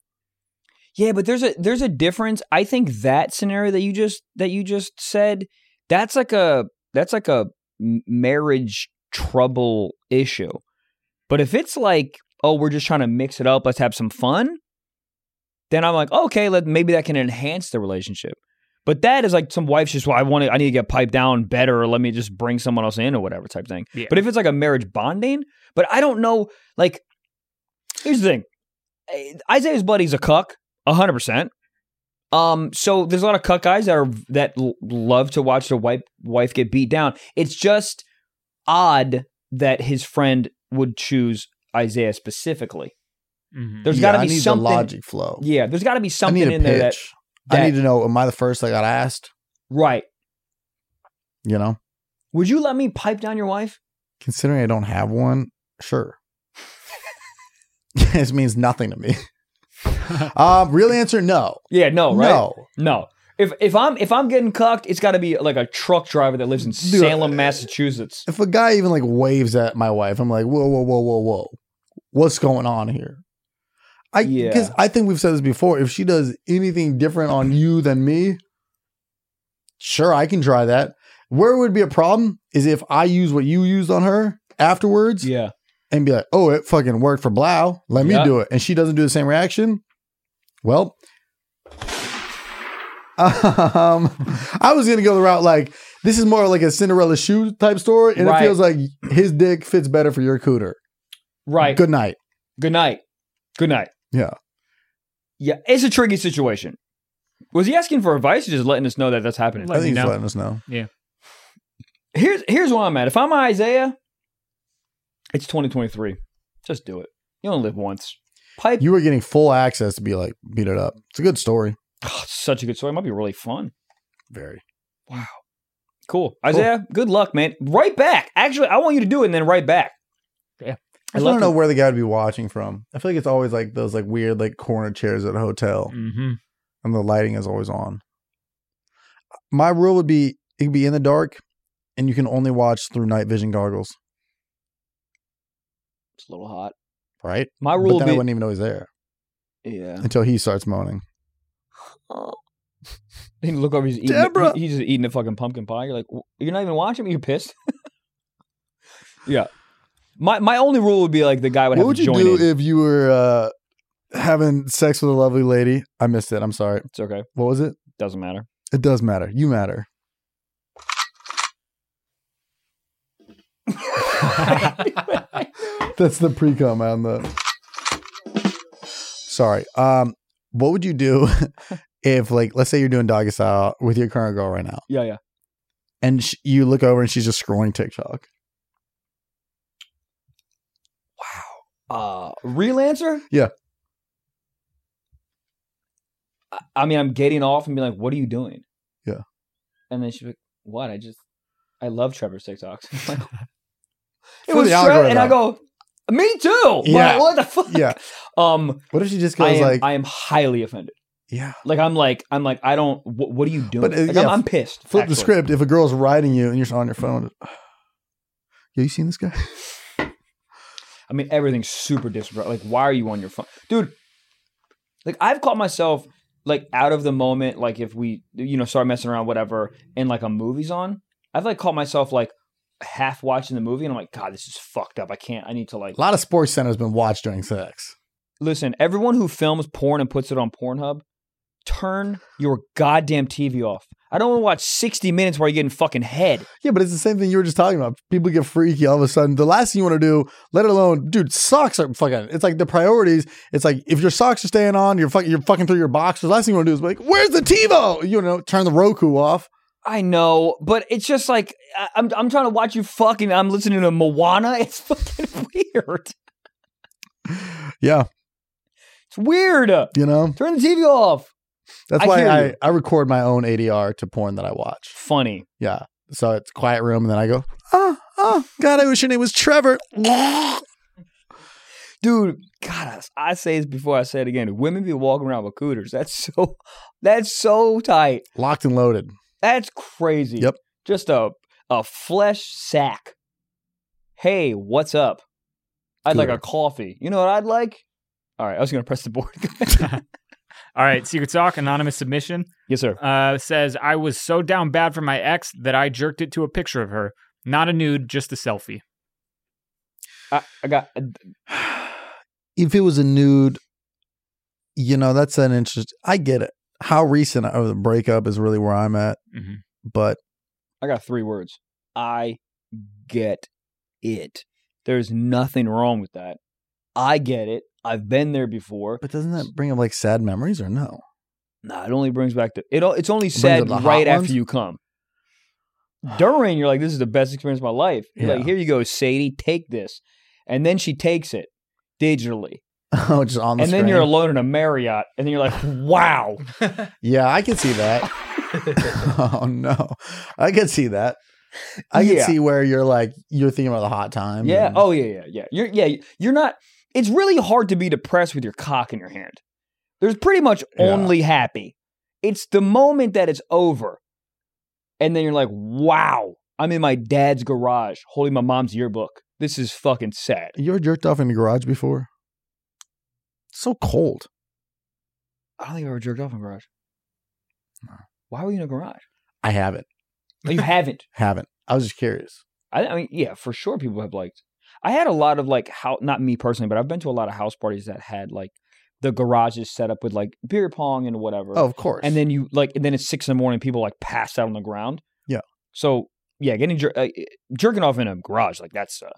[SPEAKER 2] Yeah, but there's a there's a difference. I think that scenario that you just that you just said, that's like a that's like a m- marriage trouble issue. But if it's like, oh, we're just trying to mix it up, let's have some fun, then I'm like, okay, let maybe that can enhance the relationship. But that is like some wife's just, well, I want to, I need to get piped down better, or let me just bring someone else in or whatever type thing.
[SPEAKER 3] Yeah.
[SPEAKER 2] But if it's like a marriage bonding, but I don't know, like, here's the thing, Eh, Isaiah's buddy's a cuck, hundred percent. Um, so there's a lot of cuck guys that are that l- love to watch their wife wife get beat down. It's just odd that his friend would choose Isaiah specifically.
[SPEAKER 3] Mhm.
[SPEAKER 2] There's
[SPEAKER 1] Yeah,
[SPEAKER 2] got to
[SPEAKER 1] I
[SPEAKER 2] be
[SPEAKER 1] need
[SPEAKER 2] something.
[SPEAKER 1] the logic flow.
[SPEAKER 2] Yeah, there's got to be something
[SPEAKER 1] I need a
[SPEAKER 2] in there that
[SPEAKER 1] pitch.
[SPEAKER 2] that-
[SPEAKER 1] I need to know. Am I the first I got asked?
[SPEAKER 2] right.
[SPEAKER 1] You know,
[SPEAKER 2] Would you let me pipe down your wife?
[SPEAKER 1] considering I don't have one, sure. [laughs] this means nothing to
[SPEAKER 2] [laughs]
[SPEAKER 1] me. um, real answer, no,
[SPEAKER 2] Yeah, no, Oh, right?
[SPEAKER 1] no.
[SPEAKER 2] No. If if I'm if I'm getting cucked, it's got to be like a truck driver that lives in Salem, Massachusetts.
[SPEAKER 1] If a guy even like waves at my wife, I'm like, whoa, whoa, whoa, whoa, whoa, what's going on here? I
[SPEAKER 2] Yeah.
[SPEAKER 1] because I think we've said this before. If she does anything different on you than me, sure, I can try that. Where it would be a problem is if I use what you used on her afterwards,
[SPEAKER 2] Yeah.
[SPEAKER 1] and be like, oh, it fucking worked for Blau. Let me
[SPEAKER 2] Yeah.
[SPEAKER 1] do it. And she doesn't do the same reaction. Well, um, [laughs] I was going to go the route like, this is more like a Cinderella shoe type story. And
[SPEAKER 2] Right.
[SPEAKER 1] it feels like his dick fits better for your cooter.
[SPEAKER 2] Right. Good,
[SPEAKER 1] Good night.
[SPEAKER 2] night. Good night.
[SPEAKER 1] Yeah.
[SPEAKER 2] Yeah, it's a tricky situation. Was he asking for advice or just letting us know that that's happening?
[SPEAKER 3] Let
[SPEAKER 1] I think
[SPEAKER 3] me
[SPEAKER 1] he's
[SPEAKER 3] know.
[SPEAKER 1] letting us know.
[SPEAKER 2] here's here's where I'm at. If I'm Isaiah, it's 2023. Just do it. You only live once. Pipe.
[SPEAKER 1] You were getting full access to be like, beat it up. It's a good story.
[SPEAKER 2] Oh, it's such a good story. It might be really fun.
[SPEAKER 1] Very.
[SPEAKER 2] Wow. Cool. Isaiah, good luck, man. Right back. Actually, I want you to do it and then right back.
[SPEAKER 3] Yeah.
[SPEAKER 1] I just want to know where the guy would be watching from. I feel like it's always like those like weird like corner chairs at a hotel.
[SPEAKER 3] Mhm.
[SPEAKER 1] and the lighting is always on. My rule would be it could be in the dark and you can only watch through night vision goggles,
[SPEAKER 2] It's a little hot.
[SPEAKER 1] right?
[SPEAKER 2] My
[SPEAKER 1] but
[SPEAKER 2] rule
[SPEAKER 1] then I
[SPEAKER 2] would
[SPEAKER 1] wouldn't even know he's there
[SPEAKER 2] be. Yeah.
[SPEAKER 1] until he starts moaning.
[SPEAKER 2] [laughs] He look over. He's eating.
[SPEAKER 1] Deborah!
[SPEAKER 2] he- he's just eating a fucking pumpkin pie. You're like, "W- you're not even watching me. You're pissed. [laughs] yeah. My my only rule would be like the guy would
[SPEAKER 1] what
[SPEAKER 2] have
[SPEAKER 1] would
[SPEAKER 2] to
[SPEAKER 1] you
[SPEAKER 2] join
[SPEAKER 1] do
[SPEAKER 2] in.
[SPEAKER 1] if you were uh, having sex with a lovely lady? I missed it. I'm sorry.
[SPEAKER 2] it's okay.
[SPEAKER 1] What was it? [laughs]
[SPEAKER 2] Doesn't matter. [laughs]
[SPEAKER 1] It does matter. You matter. That's the pre cum on the. Sorry. Um, what would you do [laughs] if, like, let's say you're doing doggy style with your current girl right now,
[SPEAKER 2] Yeah, yeah.
[SPEAKER 1] and sh- you look over and she's just scrolling TikTok?
[SPEAKER 2] Uh, real answer?
[SPEAKER 1] Yeah.
[SPEAKER 2] I, I mean, I'm getting off and being like, "What are you doing?"
[SPEAKER 1] Uh, Yeah.
[SPEAKER 2] And then she's like, "What? I just, I love Trevor's TikToks." [laughs] Like, it
[SPEAKER 1] For the
[SPEAKER 2] was Trevor,
[SPEAKER 1] algorithm.
[SPEAKER 2] and I go, "Me too."
[SPEAKER 1] Yeah.
[SPEAKER 2] Like, what the fuck?
[SPEAKER 1] Yeah.
[SPEAKER 2] Um,
[SPEAKER 1] What if she just
[SPEAKER 2] I
[SPEAKER 1] goes
[SPEAKER 2] am,
[SPEAKER 1] like,
[SPEAKER 2] I am highly offended.
[SPEAKER 1] yeah?
[SPEAKER 2] Like, I'm like, I'm like, I don't. What, what are you doing?
[SPEAKER 1] But, uh,
[SPEAKER 2] like,
[SPEAKER 1] yeah,
[SPEAKER 2] I'm, I'm pissed.
[SPEAKER 1] Flip
[SPEAKER 2] actually.
[SPEAKER 1] the script. If a girl's riding you and you're just on your phone, [sighs] yeah, you seen this guy?
[SPEAKER 2] I mean, everything's super disrespectful. Like, why are you on your phone, dude? Like, I've caught myself like out of the moment. Like, if we, you know, start messing around, whatever, and like a movie's on, I've like caught myself like half watching the movie, and I'm like, God, this is fucked up. I can't. I need to like.
[SPEAKER 1] A lot of sports center's been watched during sex.
[SPEAKER 2] Listen, everyone who films porn and puts it on Pornhub, turn your goddamn TV off. I don't want to watch 60 minutes while you're getting fucking head.
[SPEAKER 1] Yeah, but it's the same thing you were just talking about. People get freaky all of a sudden. The last thing you want to do, let alone, dude, socks are fucking. It's like the priorities. It's like if your socks are staying on, you're fucking, you're fucking through your boxers. Last thing you want to do is like, where's the TiVo? You know, turn the Roku off.
[SPEAKER 2] I know, but it's just like I- I'm I'm trying to watch you fucking I'm listening to Moana. [laughs] It's fucking weird.
[SPEAKER 1] Yeah,
[SPEAKER 2] It's weird.
[SPEAKER 1] you know,
[SPEAKER 2] Turn the TV off.
[SPEAKER 1] that's
[SPEAKER 2] I
[SPEAKER 1] why
[SPEAKER 2] hear
[SPEAKER 1] I,
[SPEAKER 2] you.
[SPEAKER 1] I record my own ADR to porn that I watch.
[SPEAKER 2] Funny.
[SPEAKER 1] Yeah, so it's quiet room, and then I go, oh, oh, God, I wish your name was Trevor.
[SPEAKER 2] [laughs] Dude, God, I, I say this before I say it again. Women be walking around with cooters. That's so that's so tight.
[SPEAKER 1] Locked and loaded.
[SPEAKER 2] That's crazy.
[SPEAKER 1] Yep.
[SPEAKER 2] Just a a flesh sack. Hey, what's up? I'd like
[SPEAKER 1] Cooter.
[SPEAKER 2] a coffee. You know what I'd like? All right, I was gonna press the board. [laughs]
[SPEAKER 3] All right, Secret Talk, anonymous submission
[SPEAKER 2] yes, sir.
[SPEAKER 3] uh, says, I was so down bad for my ex that I jerked it to a picture of her. Not a nude, just a selfie.
[SPEAKER 2] I, I got
[SPEAKER 1] if it was a nude, you know, that's an interest. I get it. How recent of the breakup is really where I'm at,
[SPEAKER 2] Mm-hmm.
[SPEAKER 3] Mhm.
[SPEAKER 1] but
[SPEAKER 2] I got three words. I get it. There's nothing wrong with that. I get it. I've been there before.
[SPEAKER 1] but doesn't that bring up like sad memories or no? [laughs]
[SPEAKER 2] Nah, it only brings back the it. o- It's only
[SPEAKER 1] up
[SPEAKER 2] sad
[SPEAKER 1] the hot
[SPEAKER 2] right after
[SPEAKER 1] ones? [sighs]
[SPEAKER 2] you come. During, you're like, this is the best experience of my life. You're
[SPEAKER 1] Yeah.
[SPEAKER 2] like, here you go, Sadie, take this, and then she takes it digitally,
[SPEAKER 1] oh, just on the
[SPEAKER 2] and
[SPEAKER 1] screen.
[SPEAKER 2] then you're alone in a Marriott, and then you're like, wow.
[SPEAKER 1] yeah, I can see
[SPEAKER 2] [laughs]
[SPEAKER 1] that. [laughs] oh no, I can see that. I can
[SPEAKER 2] Yeah.
[SPEAKER 1] see where you're like you're thinking about the hot time.
[SPEAKER 2] Yeah.
[SPEAKER 1] and-
[SPEAKER 2] Oh yeah, yeah, yeah. You're yeah, you're not it's really hard to be depressed with your cock in your hand. There's pretty much
[SPEAKER 1] Yeah.
[SPEAKER 2] only happy. It's the moment that it's over. And then you're like, "Wow, I'm in my dad's garage holding my mom's yearbook. This is fucking sad."
[SPEAKER 1] you ever jerked off in the garage before? It's so cold.
[SPEAKER 2] I don't think I've ever jerked off in a garage. Why were you in a garage?
[SPEAKER 1] I haven't.
[SPEAKER 2] No, you haven't.
[SPEAKER 1] Haven't. I was just curious.
[SPEAKER 2] I, I mean, yeah, for sure, people have liked. I had a lot of like how not me personally, but I've been to a lot of house parties that had like the garages set up with like beer pong and whatever.
[SPEAKER 1] Oh, of course.
[SPEAKER 2] and then you like, and then it's six in the morning. People like passed out on the ground.
[SPEAKER 1] Yeah.
[SPEAKER 2] So yeah, getting jer- uh, jerking off in a garage like that's a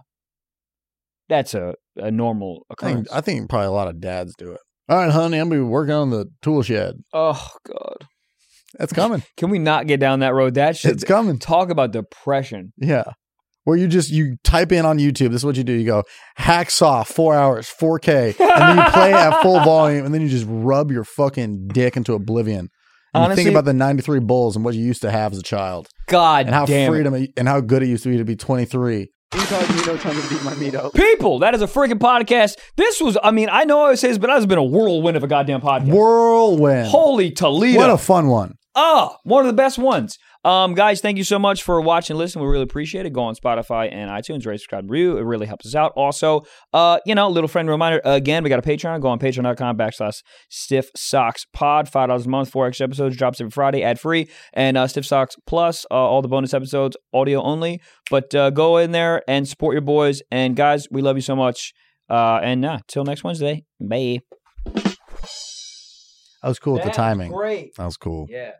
[SPEAKER 2] that's a, a normal
[SPEAKER 1] I think,
[SPEAKER 2] occurrence.
[SPEAKER 1] I think probably a lot of dads do it. All right, honey, I'm gonna be working on the tool shed.
[SPEAKER 2] oh god, [laughs]
[SPEAKER 1] That's coming.
[SPEAKER 2] can we not get down that road? That shit.
[SPEAKER 1] it's coming.
[SPEAKER 2] Talk about depression.
[SPEAKER 1] Yeah. Where you just you type in on YouTube, this is what you do. You go hacksaw four hours, four K, and then you play at
[SPEAKER 2] [laughs]
[SPEAKER 1] full volume, and then you just rub your fucking dick into oblivion. And you
[SPEAKER 2] Honestly,
[SPEAKER 1] think about the ninety three bulls and what you used to have as a child,
[SPEAKER 2] God
[SPEAKER 1] and how
[SPEAKER 2] damn it.
[SPEAKER 1] freedom and how good it used to be to be twenty three.
[SPEAKER 2] People, that is a freaking podcast. This was, I mean, I know I always say this, but that has been a whirlwind of a goddamn podcast.
[SPEAKER 1] Whirlwind.
[SPEAKER 2] Holy Toledo.
[SPEAKER 1] what a fun one.
[SPEAKER 2] Ah, one of the best ones. Um, guys, thank you so much for watching, listening. We really appreciate it. Go on Spotify and iTunes, rate, subscribe, and review. It really helps us out. Also, uh, you know, little friend reminder again, we got a Patreon. Go on patreon.com backslash stiff socks pod, five dollars a month, four extra episodes, drops every Friday, ad free, and uh, stiff socks plus uh, all the bonus episodes, audio only. But uh, go in there and support your boys. And guys, we love you so much. Uh, and uh, till next Wednesday, bye.
[SPEAKER 1] That was cool with the timing.
[SPEAKER 2] Great.
[SPEAKER 1] That was cool.
[SPEAKER 2] Yeah.